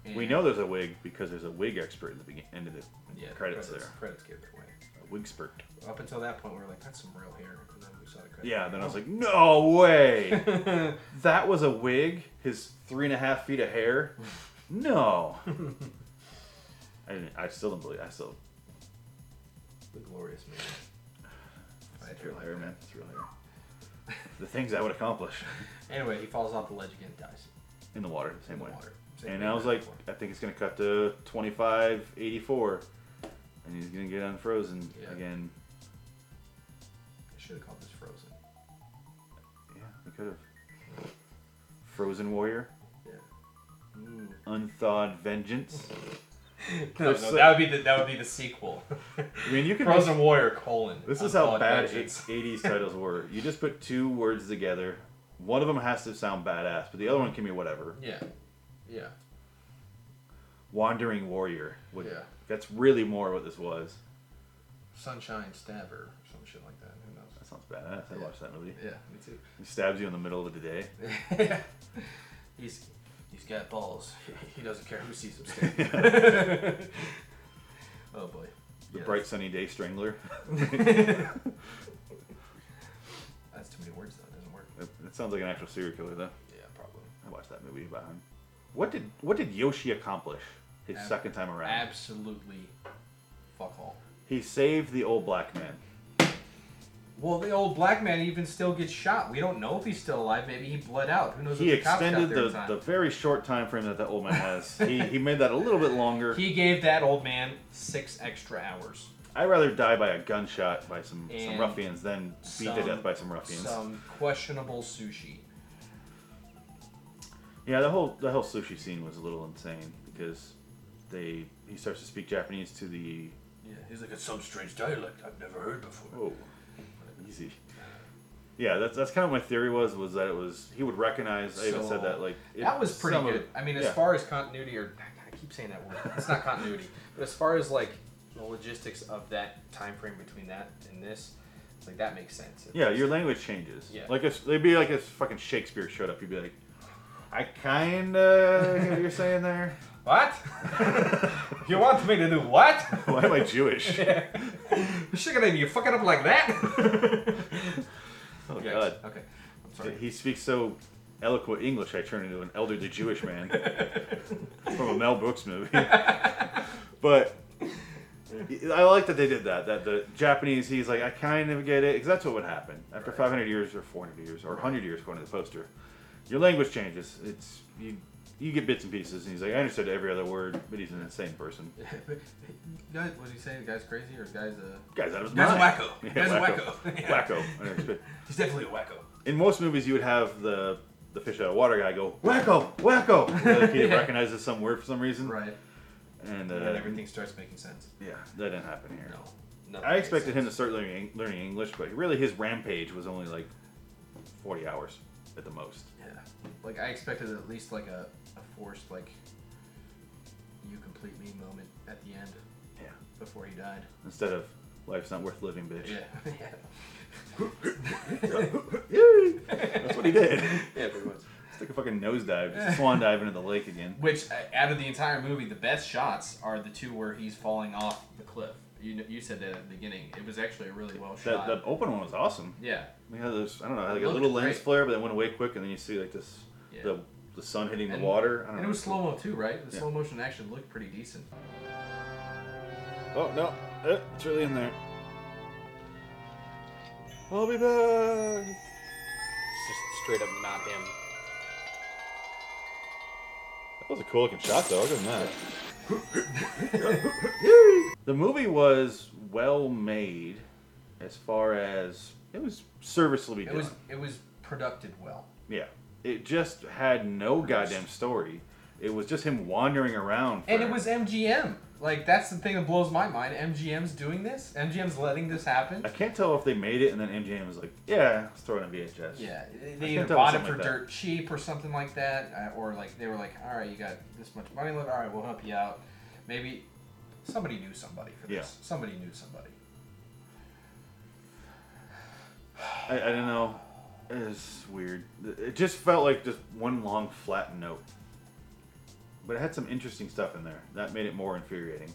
[SPEAKER 3] And-
[SPEAKER 4] We know there's a wig because there's a wig expert in the begin- end of the
[SPEAKER 3] yeah, the
[SPEAKER 4] credits,
[SPEAKER 3] Credits give it away.
[SPEAKER 4] there. A wig expert.
[SPEAKER 3] Up until that point, we were like, "That's some real hair," and then we saw the credits.
[SPEAKER 4] Yeah, then I was like, no way! that was a wig? His three and a half feet of hair? No. I, didn't, I still don't believe I still.
[SPEAKER 3] the glorious man.
[SPEAKER 4] It's real hair, man. It's real hair. The things I would accomplish
[SPEAKER 3] Anyway, he falls off the ledge again, and dies.
[SPEAKER 4] in the water, the same
[SPEAKER 3] In the
[SPEAKER 4] way.
[SPEAKER 3] water. Same
[SPEAKER 4] And
[SPEAKER 3] thing
[SPEAKER 4] I was
[SPEAKER 3] as
[SPEAKER 4] like,
[SPEAKER 3] before.
[SPEAKER 4] I think it's going to cut to 2584. And he's going to get unfrozen
[SPEAKER 3] Yeah.
[SPEAKER 4] again.
[SPEAKER 3] I should have called this Frozen.
[SPEAKER 4] Yeah, we could have. Frozen Warrior.
[SPEAKER 3] Yeah.
[SPEAKER 4] Unthawed Vengeance.
[SPEAKER 3] Mm. No, no, that would be the that would be the sequel.
[SPEAKER 4] I mean, you can
[SPEAKER 3] Frozen Warrior colon.
[SPEAKER 4] This is how
[SPEAKER 3] Unthawed
[SPEAKER 4] bad
[SPEAKER 3] Vengeance.
[SPEAKER 4] 80s titles were. You just put two words together. One of them has to sound badass, but the other one can be whatever.
[SPEAKER 3] Yeah, yeah.
[SPEAKER 4] Wandering Warrior. Would,
[SPEAKER 3] Yeah.
[SPEAKER 4] That's really more what this was.
[SPEAKER 3] Sunshine Stabber, or some shit like that. Who knows?
[SPEAKER 4] That sounds badass. I watched that movie.
[SPEAKER 3] Yeah, me too.
[SPEAKER 4] He stabs you in the middle of the day.
[SPEAKER 3] He's he's got balls. He doesn't care who sees him. stand. oh boy.
[SPEAKER 4] The
[SPEAKER 3] Yeah,
[SPEAKER 4] Bright Sunny Day Strangler.
[SPEAKER 3] That's too many words though. It doesn't work.
[SPEAKER 4] That that sounds like an actual serial killer, though.
[SPEAKER 3] Yeah, probably.
[SPEAKER 4] I watched that movie about him. What did What did Yoshi accomplish his
[SPEAKER 3] Ab-
[SPEAKER 4] second time around?
[SPEAKER 3] Absolutely, fuck all.
[SPEAKER 4] he saved the old black man.
[SPEAKER 3] Well, the old black man even still gets shot. We don't know if he's still alive. Maybe he bled out. Who knows?
[SPEAKER 4] He
[SPEAKER 3] if the cops got
[SPEAKER 4] extended
[SPEAKER 3] there
[SPEAKER 4] the,
[SPEAKER 3] in time.
[SPEAKER 4] the very short time frame that the old man has. he, he made that a little bit longer.
[SPEAKER 3] He gave that old man six extra hours.
[SPEAKER 4] I'd rather die by a gunshot by some, some
[SPEAKER 3] And
[SPEAKER 4] ruffians than beat to
[SPEAKER 3] Some-
[SPEAKER 4] death by some ruffians.
[SPEAKER 3] Some questionable sushi.
[SPEAKER 4] Yeah, the whole the whole sushi scene was a little insane because they he starts to speak Japanese to the
[SPEAKER 3] Yeah, he's like it's some strange dialect I've never heard before.
[SPEAKER 4] oh easy. Yeah, that's that's kind of my theory was was that it was he would recognize. I even said
[SPEAKER 3] So,
[SPEAKER 4] that like it-
[SPEAKER 3] that was pretty
[SPEAKER 4] some of
[SPEAKER 3] good.
[SPEAKER 4] it-
[SPEAKER 3] I mean, as
[SPEAKER 4] yeah.
[SPEAKER 3] far as continuity, or I keep saying that word, it's not continuity, but as far as like the logistics of that time frame between that and this, it's like that makes sense. It-
[SPEAKER 4] yeah, your language changes.
[SPEAKER 3] Yeah.
[SPEAKER 4] like if they'd be like if fucking Shakespeare showed up, you'd be like, I kind of what you're saying there.
[SPEAKER 3] What? you want me to do what?
[SPEAKER 4] Why am I Jewish?
[SPEAKER 3] Sugar Lady, you fucking up like that?
[SPEAKER 4] Oh
[SPEAKER 3] Yikes.
[SPEAKER 4] God.
[SPEAKER 3] Okay. I'm sorry.
[SPEAKER 4] He speaks so eloquent English, I turn into an elderly Jewish man from a Mel Brooks movie. but I like that they did that. That the Japanese, he's like, I kind of get it, because that's what would happen after 500 years or 400 years or 100 years, according to the poster. Your language changes. It's you. You get bits and pieces, and he's like, I understood every other word, but he's an insane person.
[SPEAKER 3] Guys, what did he say? The guy's crazy or the guy's a.
[SPEAKER 4] Guy's out of his
[SPEAKER 3] Guy's a
[SPEAKER 4] mind.
[SPEAKER 3] wacko.
[SPEAKER 4] Yeah,
[SPEAKER 3] Guy's a
[SPEAKER 4] wacko.
[SPEAKER 3] wacko. Yeah.
[SPEAKER 4] Wacko. I understood.
[SPEAKER 3] He's definitely a wacko.
[SPEAKER 4] in most movies you would have the the fish out of water guy go wacko wacko like he
[SPEAKER 3] Yeah.
[SPEAKER 4] recognizes some word for some reason
[SPEAKER 3] Right.
[SPEAKER 4] and, uh,
[SPEAKER 3] And then everything starts making sense.
[SPEAKER 4] yeah that didn't happen here
[SPEAKER 3] No. Nothing
[SPEAKER 4] i
[SPEAKER 3] makes
[SPEAKER 4] expected him
[SPEAKER 3] sense.
[SPEAKER 4] to start learning, learning english but really his rampage was only like 40 hours at the most
[SPEAKER 3] Yeah. Like, I expected at least, like, a, a forced, like, you complete me moment at the end
[SPEAKER 4] yeah
[SPEAKER 3] before he died.
[SPEAKER 4] instead of life's not worth living bitch
[SPEAKER 3] Yeah. yeah.
[SPEAKER 4] Yay! that's what he did
[SPEAKER 3] Yeah, pretty much.
[SPEAKER 4] it's like a fucking nosedive just swan dive into the lake again
[SPEAKER 3] Which, uh, out of the entire movie, the best shots are the two where he's falling off the cliff. You kn- you said that at the beginning. It was actually a really well
[SPEAKER 4] that,
[SPEAKER 3] shot.
[SPEAKER 4] that open one was awesome
[SPEAKER 3] yeah.
[SPEAKER 4] We had this, I don't know, like a
[SPEAKER 3] looked
[SPEAKER 4] little lens
[SPEAKER 3] great.
[SPEAKER 4] flare, but it went away quick, and then you see like this,
[SPEAKER 3] Yeah.
[SPEAKER 4] the, the sun hitting the
[SPEAKER 3] And-
[SPEAKER 4] water. I don't
[SPEAKER 3] And
[SPEAKER 4] know.
[SPEAKER 3] it was slow mo too, right? The
[SPEAKER 4] Oh, Yeah.
[SPEAKER 3] slow motion action looked pretty decent.
[SPEAKER 4] Oh no, Uh, it's really in there. I'll be back.
[SPEAKER 2] It's just straight up not him.
[SPEAKER 4] That was a cool looking shot, though. I'll give him that. the movie was well made, as far as it was serviceably
[SPEAKER 3] It
[SPEAKER 4] done.
[SPEAKER 3] was it was producted well.
[SPEAKER 4] Yeah. It just had no goddamn story. It was just him wandering around.
[SPEAKER 3] And it
[SPEAKER 4] for-
[SPEAKER 3] was MGM. Like that's the thing that blows my mind. MGM's doing this. MGM's letting this happen.
[SPEAKER 4] I can't tell if they made it and then MGM was like, yeah, let's throw it on VHS.
[SPEAKER 3] Yeah,
[SPEAKER 4] I can't
[SPEAKER 3] they- they either
[SPEAKER 4] tell
[SPEAKER 3] bought it
[SPEAKER 4] with
[SPEAKER 3] for
[SPEAKER 4] something like
[SPEAKER 3] dirt cheap or something like that, uh, or like they were like, "All right, you got this much money left. All right, we'll help you out." Maybe somebody knew somebody for this.
[SPEAKER 4] Yeah.
[SPEAKER 3] Somebody knew somebody.
[SPEAKER 4] I, I don't know. It's weird. It just felt like just one long flat note. But it had some interesting stuff in there that made it more infuriating.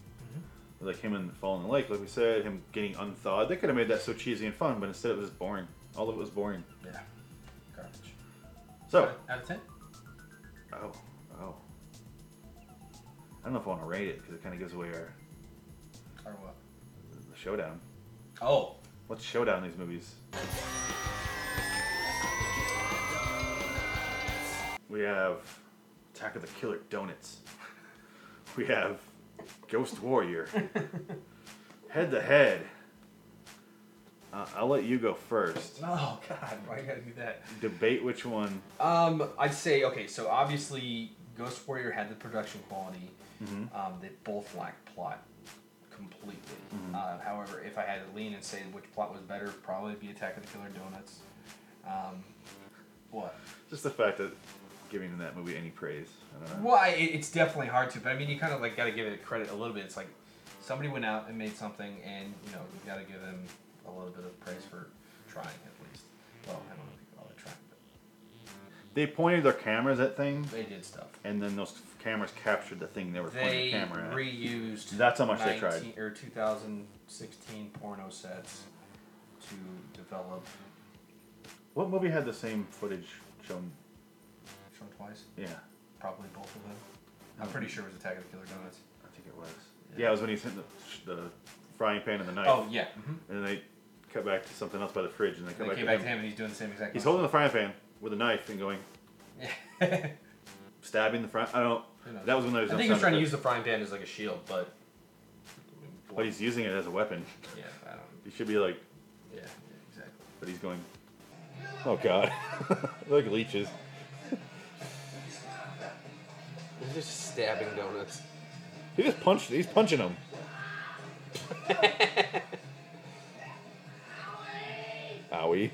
[SPEAKER 4] Like him and falling in the lake, like we said, him getting unthawed. They could have made that so cheesy and fun, but instead it was just boring. All of it was boring.
[SPEAKER 3] Yeah, garbage.
[SPEAKER 4] So,
[SPEAKER 3] Out of ten.
[SPEAKER 4] oh, oh. I don't know if I want to rate it because it kind of gives away our
[SPEAKER 3] Or what?
[SPEAKER 4] the showdown.
[SPEAKER 3] Oh,
[SPEAKER 4] What's showdown in these movies? We have Attack of the Killer Donuts. We have Ghost Warrior. head to head. Uh, I'll let you go first.
[SPEAKER 3] oh God! Why you gotta do that?
[SPEAKER 4] Debate which one.
[SPEAKER 3] Um, I'd say okay. So obviously, Ghost Warrior had the production quality. Um, they both lacked plot completely. Uh, however, if I had to lean and say which plot was better, it'd probably be Attack of the Killer Donuts. Um, what?
[SPEAKER 4] Just the fact that giving that movie any praise. I don't know.
[SPEAKER 3] Well, I, it- it's definitely hard to, but I mean, you kind of like got to give it credit a little bit. It's like somebody went out and made something, and you know, you got to give them a little bit of praise for trying at least. Well, I don't know if you call it trying, but
[SPEAKER 4] They pointed their cameras at things,
[SPEAKER 3] they did stuff.
[SPEAKER 4] and then those cameras captured the thing they were pointing the
[SPEAKER 3] They
[SPEAKER 4] camera at.
[SPEAKER 3] reused.
[SPEAKER 4] That's how much they tried.
[SPEAKER 3] Or 2016 porno sets to develop.
[SPEAKER 4] what movie had the same footage shown?
[SPEAKER 3] Shown twice,
[SPEAKER 4] Yeah.
[SPEAKER 3] probably both of them. I'm pretty sure it was Attack of the Killer Donuts.
[SPEAKER 4] I think it was. Yeah, it was when he sent the, the frying pan and the knife.
[SPEAKER 3] Oh yeah, hmm
[SPEAKER 4] And then they cut back to something else by the fridge, and they cut
[SPEAKER 3] they
[SPEAKER 4] back,
[SPEAKER 3] came
[SPEAKER 4] to,
[SPEAKER 3] back
[SPEAKER 4] him.
[SPEAKER 3] to him and he's doing the same exact.
[SPEAKER 4] He's holding the frying pan with a knife and going
[SPEAKER 3] holding.
[SPEAKER 4] stabbing the frying. I don't.
[SPEAKER 3] Who knows?
[SPEAKER 4] That was when there
[SPEAKER 3] I
[SPEAKER 4] was. no
[SPEAKER 3] think he was
[SPEAKER 4] sound
[SPEAKER 3] trying to use
[SPEAKER 4] effects.
[SPEAKER 3] the frying pan as like a shield, but
[SPEAKER 4] But he's using it as a weapon.
[SPEAKER 3] yeah, I don't.
[SPEAKER 4] He should be like,
[SPEAKER 3] Yeah, exactly.
[SPEAKER 4] but he's going. Oh God! like leeches.
[SPEAKER 2] He's just stabbing donuts.
[SPEAKER 4] He just punched. He's punching him. Owie.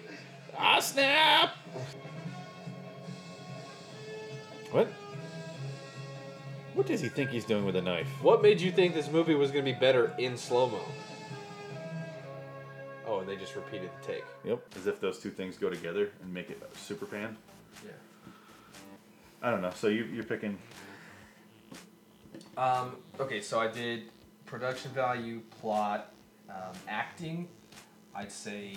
[SPEAKER 4] Ah, snap! What? What does he think he's doing with a knife?
[SPEAKER 2] What made you think this movie was going to be better in slow mo? Oh, and they just repeated the take.
[SPEAKER 4] Yep. As if those two things go together and make it a super pan.
[SPEAKER 3] Yeah.
[SPEAKER 4] I don't know. So you, you're picking.
[SPEAKER 3] Um, okay, so I did production value, plot, um, acting. I'd say.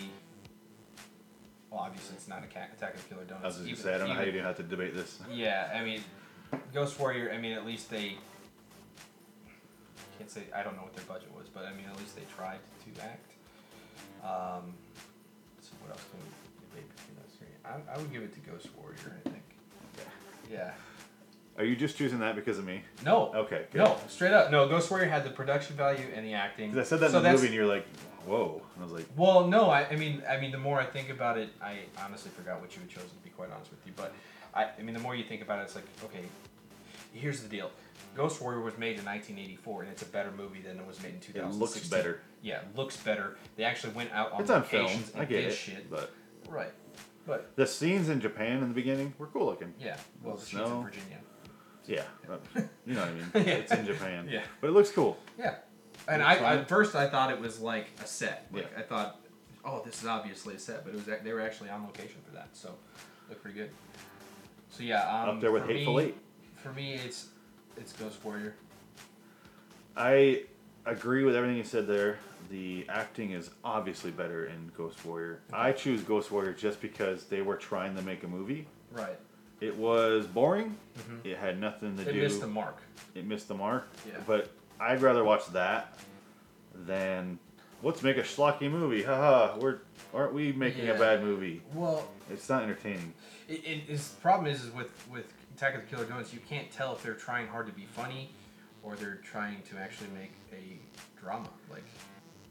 [SPEAKER 3] Well, obviously it's not a ca- Attack of the Killer Donuts.
[SPEAKER 4] I was just gonna
[SPEAKER 3] Even-
[SPEAKER 4] say I don't know how you
[SPEAKER 3] even-
[SPEAKER 4] do have to debate this.
[SPEAKER 3] Yeah, I mean, Ghost Warrior. I mean, at least they can't say I don't know what their budget was, but I mean, at least they tried to act. Um, so what else can we debate between those three? I, I would give it to Ghost Warrior. I think. Yeah.
[SPEAKER 4] Are you just choosing that because of me?
[SPEAKER 3] No.
[SPEAKER 4] Oh, Okay, good.
[SPEAKER 3] No, straight up. No, Ghost Warrior had the production value and the acting.
[SPEAKER 4] Because I said that
[SPEAKER 3] So
[SPEAKER 4] in the
[SPEAKER 3] that's-
[SPEAKER 4] movie, and you're like, "Whoa!" And I was like,
[SPEAKER 3] Well, no, I, I mean, I mean, the more I think about it, I honestly forgot what you had chosen. To be quite honest with you, but I, I mean, the more you think about it, it's like, okay, here's the deal: Ghost Warrior was made in 1984, and it's a better movie than it was made in 2016.
[SPEAKER 4] looks better.
[SPEAKER 3] Yeah, it looks better. They actually went out on
[SPEAKER 4] "It's on film.
[SPEAKER 3] locations
[SPEAKER 4] I
[SPEAKER 3] and
[SPEAKER 4] get
[SPEAKER 3] did
[SPEAKER 4] it."
[SPEAKER 3] shit.
[SPEAKER 4] But
[SPEAKER 3] Right, but
[SPEAKER 4] the scenes in Japan in the beginning were cool looking.
[SPEAKER 3] yeah, well, the
[SPEAKER 4] Snow.
[SPEAKER 3] sheets in Virginia.
[SPEAKER 4] Yeah, that- you know what I mean. It's in Japan.
[SPEAKER 3] Yeah.
[SPEAKER 4] but it looks cool.
[SPEAKER 3] Yeah. And
[SPEAKER 4] Looks
[SPEAKER 3] I,
[SPEAKER 4] fine.
[SPEAKER 3] at first I thought it was like a set. Like
[SPEAKER 4] Yeah.
[SPEAKER 3] I thought, oh, this is obviously a set, but it was ac- they were actually on location for that, so looked pretty good. So yeah, um,
[SPEAKER 4] Up there with
[SPEAKER 3] for
[SPEAKER 4] Hateful
[SPEAKER 3] me,
[SPEAKER 4] Eight.
[SPEAKER 3] For me, it's it's Ghost Warrior.
[SPEAKER 4] I agree with everything you said there. The acting is obviously better in Ghost Warrior. I choose Ghost Warrior just because they were trying to make a movie.
[SPEAKER 3] Right.
[SPEAKER 4] It was boring. It had nothing to
[SPEAKER 3] They
[SPEAKER 4] do.
[SPEAKER 3] Mm-hmm. missed the mark.
[SPEAKER 4] it missed the mark.
[SPEAKER 3] Yeah.
[SPEAKER 4] But I'd rather watch that than let's make a schlocky movie. Haha, we're aren't we making
[SPEAKER 3] Yeah.
[SPEAKER 4] a bad movie?
[SPEAKER 3] Well,
[SPEAKER 4] It's not entertaining.
[SPEAKER 3] it, it is the problem is, is with with Attack of the Killer Donuts, you can't tell if they're trying hard to be funny, or they're trying to actually make a drama. Like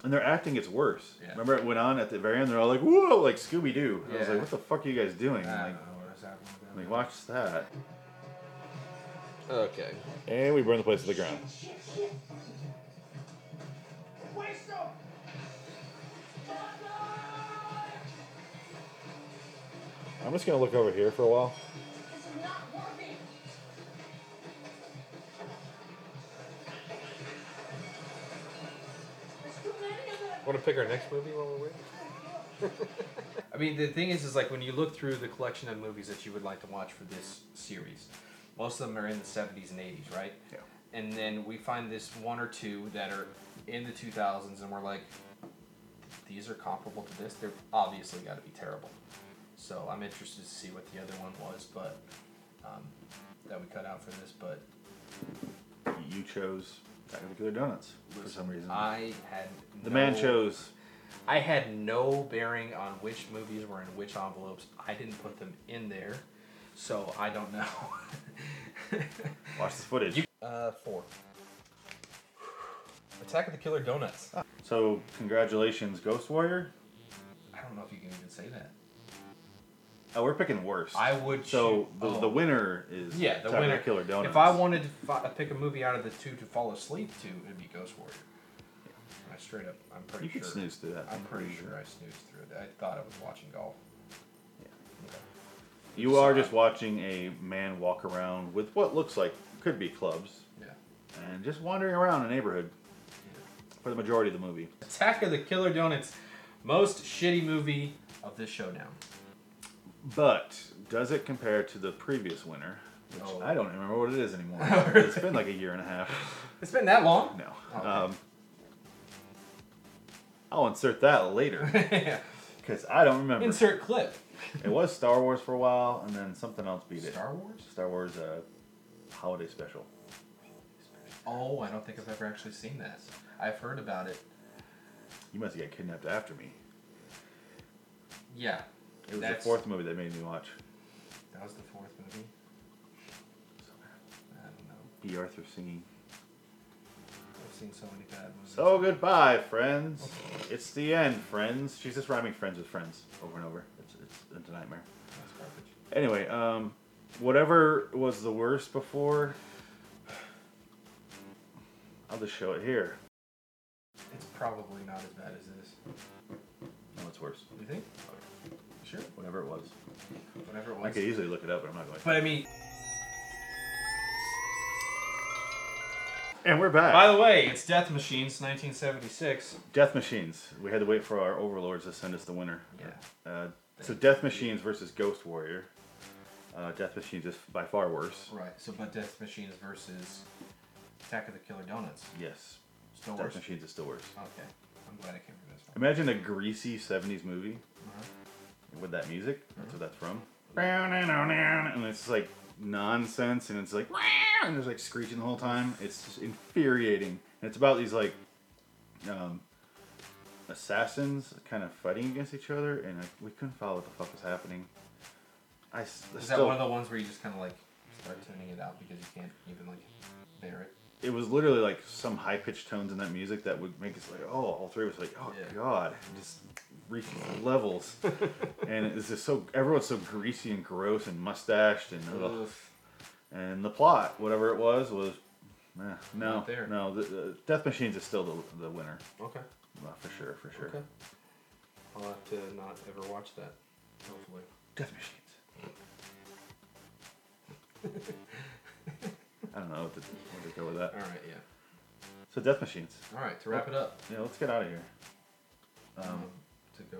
[SPEAKER 4] And their acting gets worse.
[SPEAKER 3] Yeah.
[SPEAKER 4] Remember, it went on at the very end. They're all like, "Whoa!" Like Scooby Doo. I was
[SPEAKER 3] Yeah. Ah.
[SPEAKER 4] like, "What the fuck are you guys doing?"
[SPEAKER 3] I
[SPEAKER 4] like,
[SPEAKER 3] don't know what is happening with that.
[SPEAKER 4] like, watch that.
[SPEAKER 2] Okay.
[SPEAKER 9] And we burn the place to the ground. I'm just gonna look over here for a while.
[SPEAKER 2] Want to pick our next movie while we're waiting?
[SPEAKER 3] I mean, the thing is, is like when you look through the collection of movies that you would like to watch for this series, most of them are in the 70s and 80s, right?
[SPEAKER 4] Yeah.
[SPEAKER 3] And then we find this one or two that are in the 2000s, and we're like, these are comparable to this. They're obviously got to be terrible. So I'm interested to see what the other one was, but um, that we cut out for this. But
[SPEAKER 4] You chose Tactical Killer Donuts for some reason.
[SPEAKER 3] I had
[SPEAKER 4] the
[SPEAKER 3] no-
[SPEAKER 4] man chose.
[SPEAKER 3] I had no bearing on which movies were in which envelopes. I didn't put them in there, so I don't know.
[SPEAKER 4] Watch this footage.
[SPEAKER 3] uh, four. Attack of the Killer Donuts. I
[SPEAKER 4] so congratulations, Ghost Warrior.
[SPEAKER 3] don't know if you can even say that.
[SPEAKER 4] Oh, we're picking worst.
[SPEAKER 3] I would.
[SPEAKER 4] So
[SPEAKER 3] choose-
[SPEAKER 4] the,
[SPEAKER 3] oh.
[SPEAKER 4] the winner is
[SPEAKER 3] Yeah, the
[SPEAKER 4] Tactical
[SPEAKER 3] winner.
[SPEAKER 4] Killer Donuts.
[SPEAKER 3] If I wanted to fi- pick a movie out of the two to fall asleep to, it'd be Ghost Warrior. I straight up, I'm pretty
[SPEAKER 4] you
[SPEAKER 3] sure.
[SPEAKER 4] could snooze through that.
[SPEAKER 3] I'm pretty sure I snoozed through it. I thought I was watching golf.
[SPEAKER 4] You are just watching a man walk around with what looks like could be clubs,
[SPEAKER 3] Yeah.
[SPEAKER 4] and just wandering around a neighborhood for the majority of the movie.
[SPEAKER 3] Attack of the Killer Donuts, most shitty movie of this showdown.
[SPEAKER 4] But does it compare to the previous winner? Which
[SPEAKER 3] Oh.
[SPEAKER 4] I don't remember what it is anymore. it's been like a year and a half.
[SPEAKER 3] It's been that long?
[SPEAKER 4] No.
[SPEAKER 3] okay.
[SPEAKER 4] Um, I'll insert that later
[SPEAKER 3] yeah.
[SPEAKER 4] because I don't remember.
[SPEAKER 3] Insert clip.
[SPEAKER 4] It was Star Wars for a while, and then something else beat it.
[SPEAKER 3] Star Wars?
[SPEAKER 4] Star Wars uh, holiday special.
[SPEAKER 3] Oh, I don't think I've ever actually seen that. I've heard about it.
[SPEAKER 4] You must have got kidnapped after me.
[SPEAKER 3] Yeah.
[SPEAKER 4] It was
[SPEAKER 3] That's-
[SPEAKER 4] the fourth movie that made me watch.
[SPEAKER 3] That was the fourth movie. I don't know.
[SPEAKER 4] B. E. Arthur singing.
[SPEAKER 3] I've seen so many bad movies.
[SPEAKER 4] So goodbye, friends. It's the end, friends. She's just rhyming friends with friends over and over. It's, it's, it's a nightmare.
[SPEAKER 3] That's garbage.
[SPEAKER 4] Anyway, um, whatever was the worst before, I'll just show it here.
[SPEAKER 3] It's probably not as bad as this.
[SPEAKER 4] No, it's worse.
[SPEAKER 3] You think? Sure.
[SPEAKER 4] Whatever it was.
[SPEAKER 3] Whatever it
[SPEAKER 4] I
[SPEAKER 3] was.
[SPEAKER 4] could easily look it up, but I'm not going to.
[SPEAKER 3] But I mean,
[SPEAKER 4] And we're back.
[SPEAKER 3] by the way, it's Death Machines, 1976.
[SPEAKER 4] Death Machines. We had to wait for our overlords to send us the winner.
[SPEAKER 3] Yeah.
[SPEAKER 4] Uh, so Death Machines versus Ghost Warrior. Uh, Death Machines is by far worse.
[SPEAKER 3] Right. So, but Death Machines versus Attack of the Killer Donuts.
[SPEAKER 4] Yes.
[SPEAKER 3] Still
[SPEAKER 4] Death
[SPEAKER 3] worse.
[SPEAKER 4] Machines is still worse.
[SPEAKER 3] Okay. I'm glad I came to this one. Uh-huh.
[SPEAKER 4] Imagine a greasy 70s movie with that music. That's what that's from. And it's like nonsense and it's like and there's like screeching the whole time. It's just infuriating. And it's about these like um, assassins kind of fighting against each other and I, we couldn't follow what the fuck was happening. I, s- I
[SPEAKER 3] Is that
[SPEAKER 4] still,
[SPEAKER 3] one of the ones where you just kind of like start tuning it out because you can't even like bear it?
[SPEAKER 4] it was literally like some high pitched tones in that music that would make us like, oh, all three of us like, oh
[SPEAKER 3] Yeah.
[SPEAKER 4] god, It just reached levels, and it's just so everyone's so greasy and gross and mustached and ugh. and the plot, whatever it was, was eh, no,
[SPEAKER 3] Not there.
[SPEAKER 4] no, the, the Death Machines is still the, the winner
[SPEAKER 3] Okay.
[SPEAKER 4] uh, for sure, for sure.
[SPEAKER 3] Okay. I'll have to not ever watch that. Hopefully.
[SPEAKER 4] Death Machines. I don't know what to, what to go with
[SPEAKER 3] All
[SPEAKER 4] that.
[SPEAKER 3] right. Yeah.
[SPEAKER 4] So Death Machines.
[SPEAKER 3] All right. To wrap it up.
[SPEAKER 4] Yeah, let's get out of here.
[SPEAKER 3] Um, to go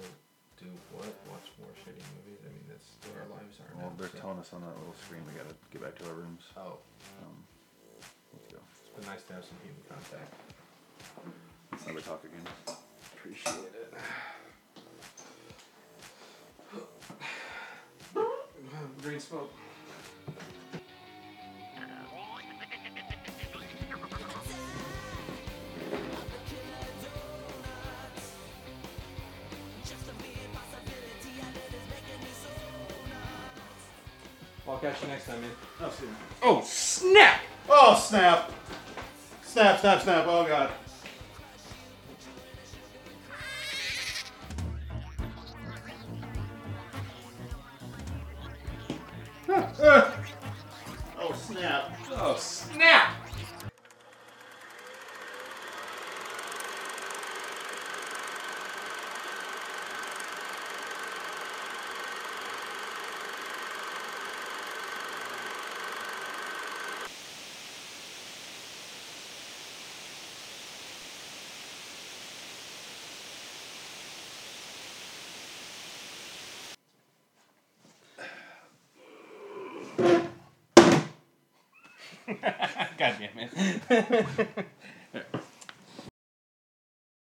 [SPEAKER 3] do what? Watch more shitty movies. I mean, that's what our lives are.
[SPEAKER 4] Well,
[SPEAKER 3] now,
[SPEAKER 4] they're
[SPEAKER 3] so-
[SPEAKER 4] telling us on that little screen we gotta get back to our rooms.
[SPEAKER 3] Oh,
[SPEAKER 4] Um, let's go.
[SPEAKER 3] it's been nice to have some human contact.
[SPEAKER 4] Let's never talk again.
[SPEAKER 3] Appreciate it. Green smoke. Well, I'll catch you next time, man.
[SPEAKER 4] Oh, see you.
[SPEAKER 3] Oh, snap!
[SPEAKER 4] oh snap! Snap! Snap! Snap! Oh god! Ah, ah. Oh snap.
[SPEAKER 3] Oh, snap!
[SPEAKER 4] God damn it.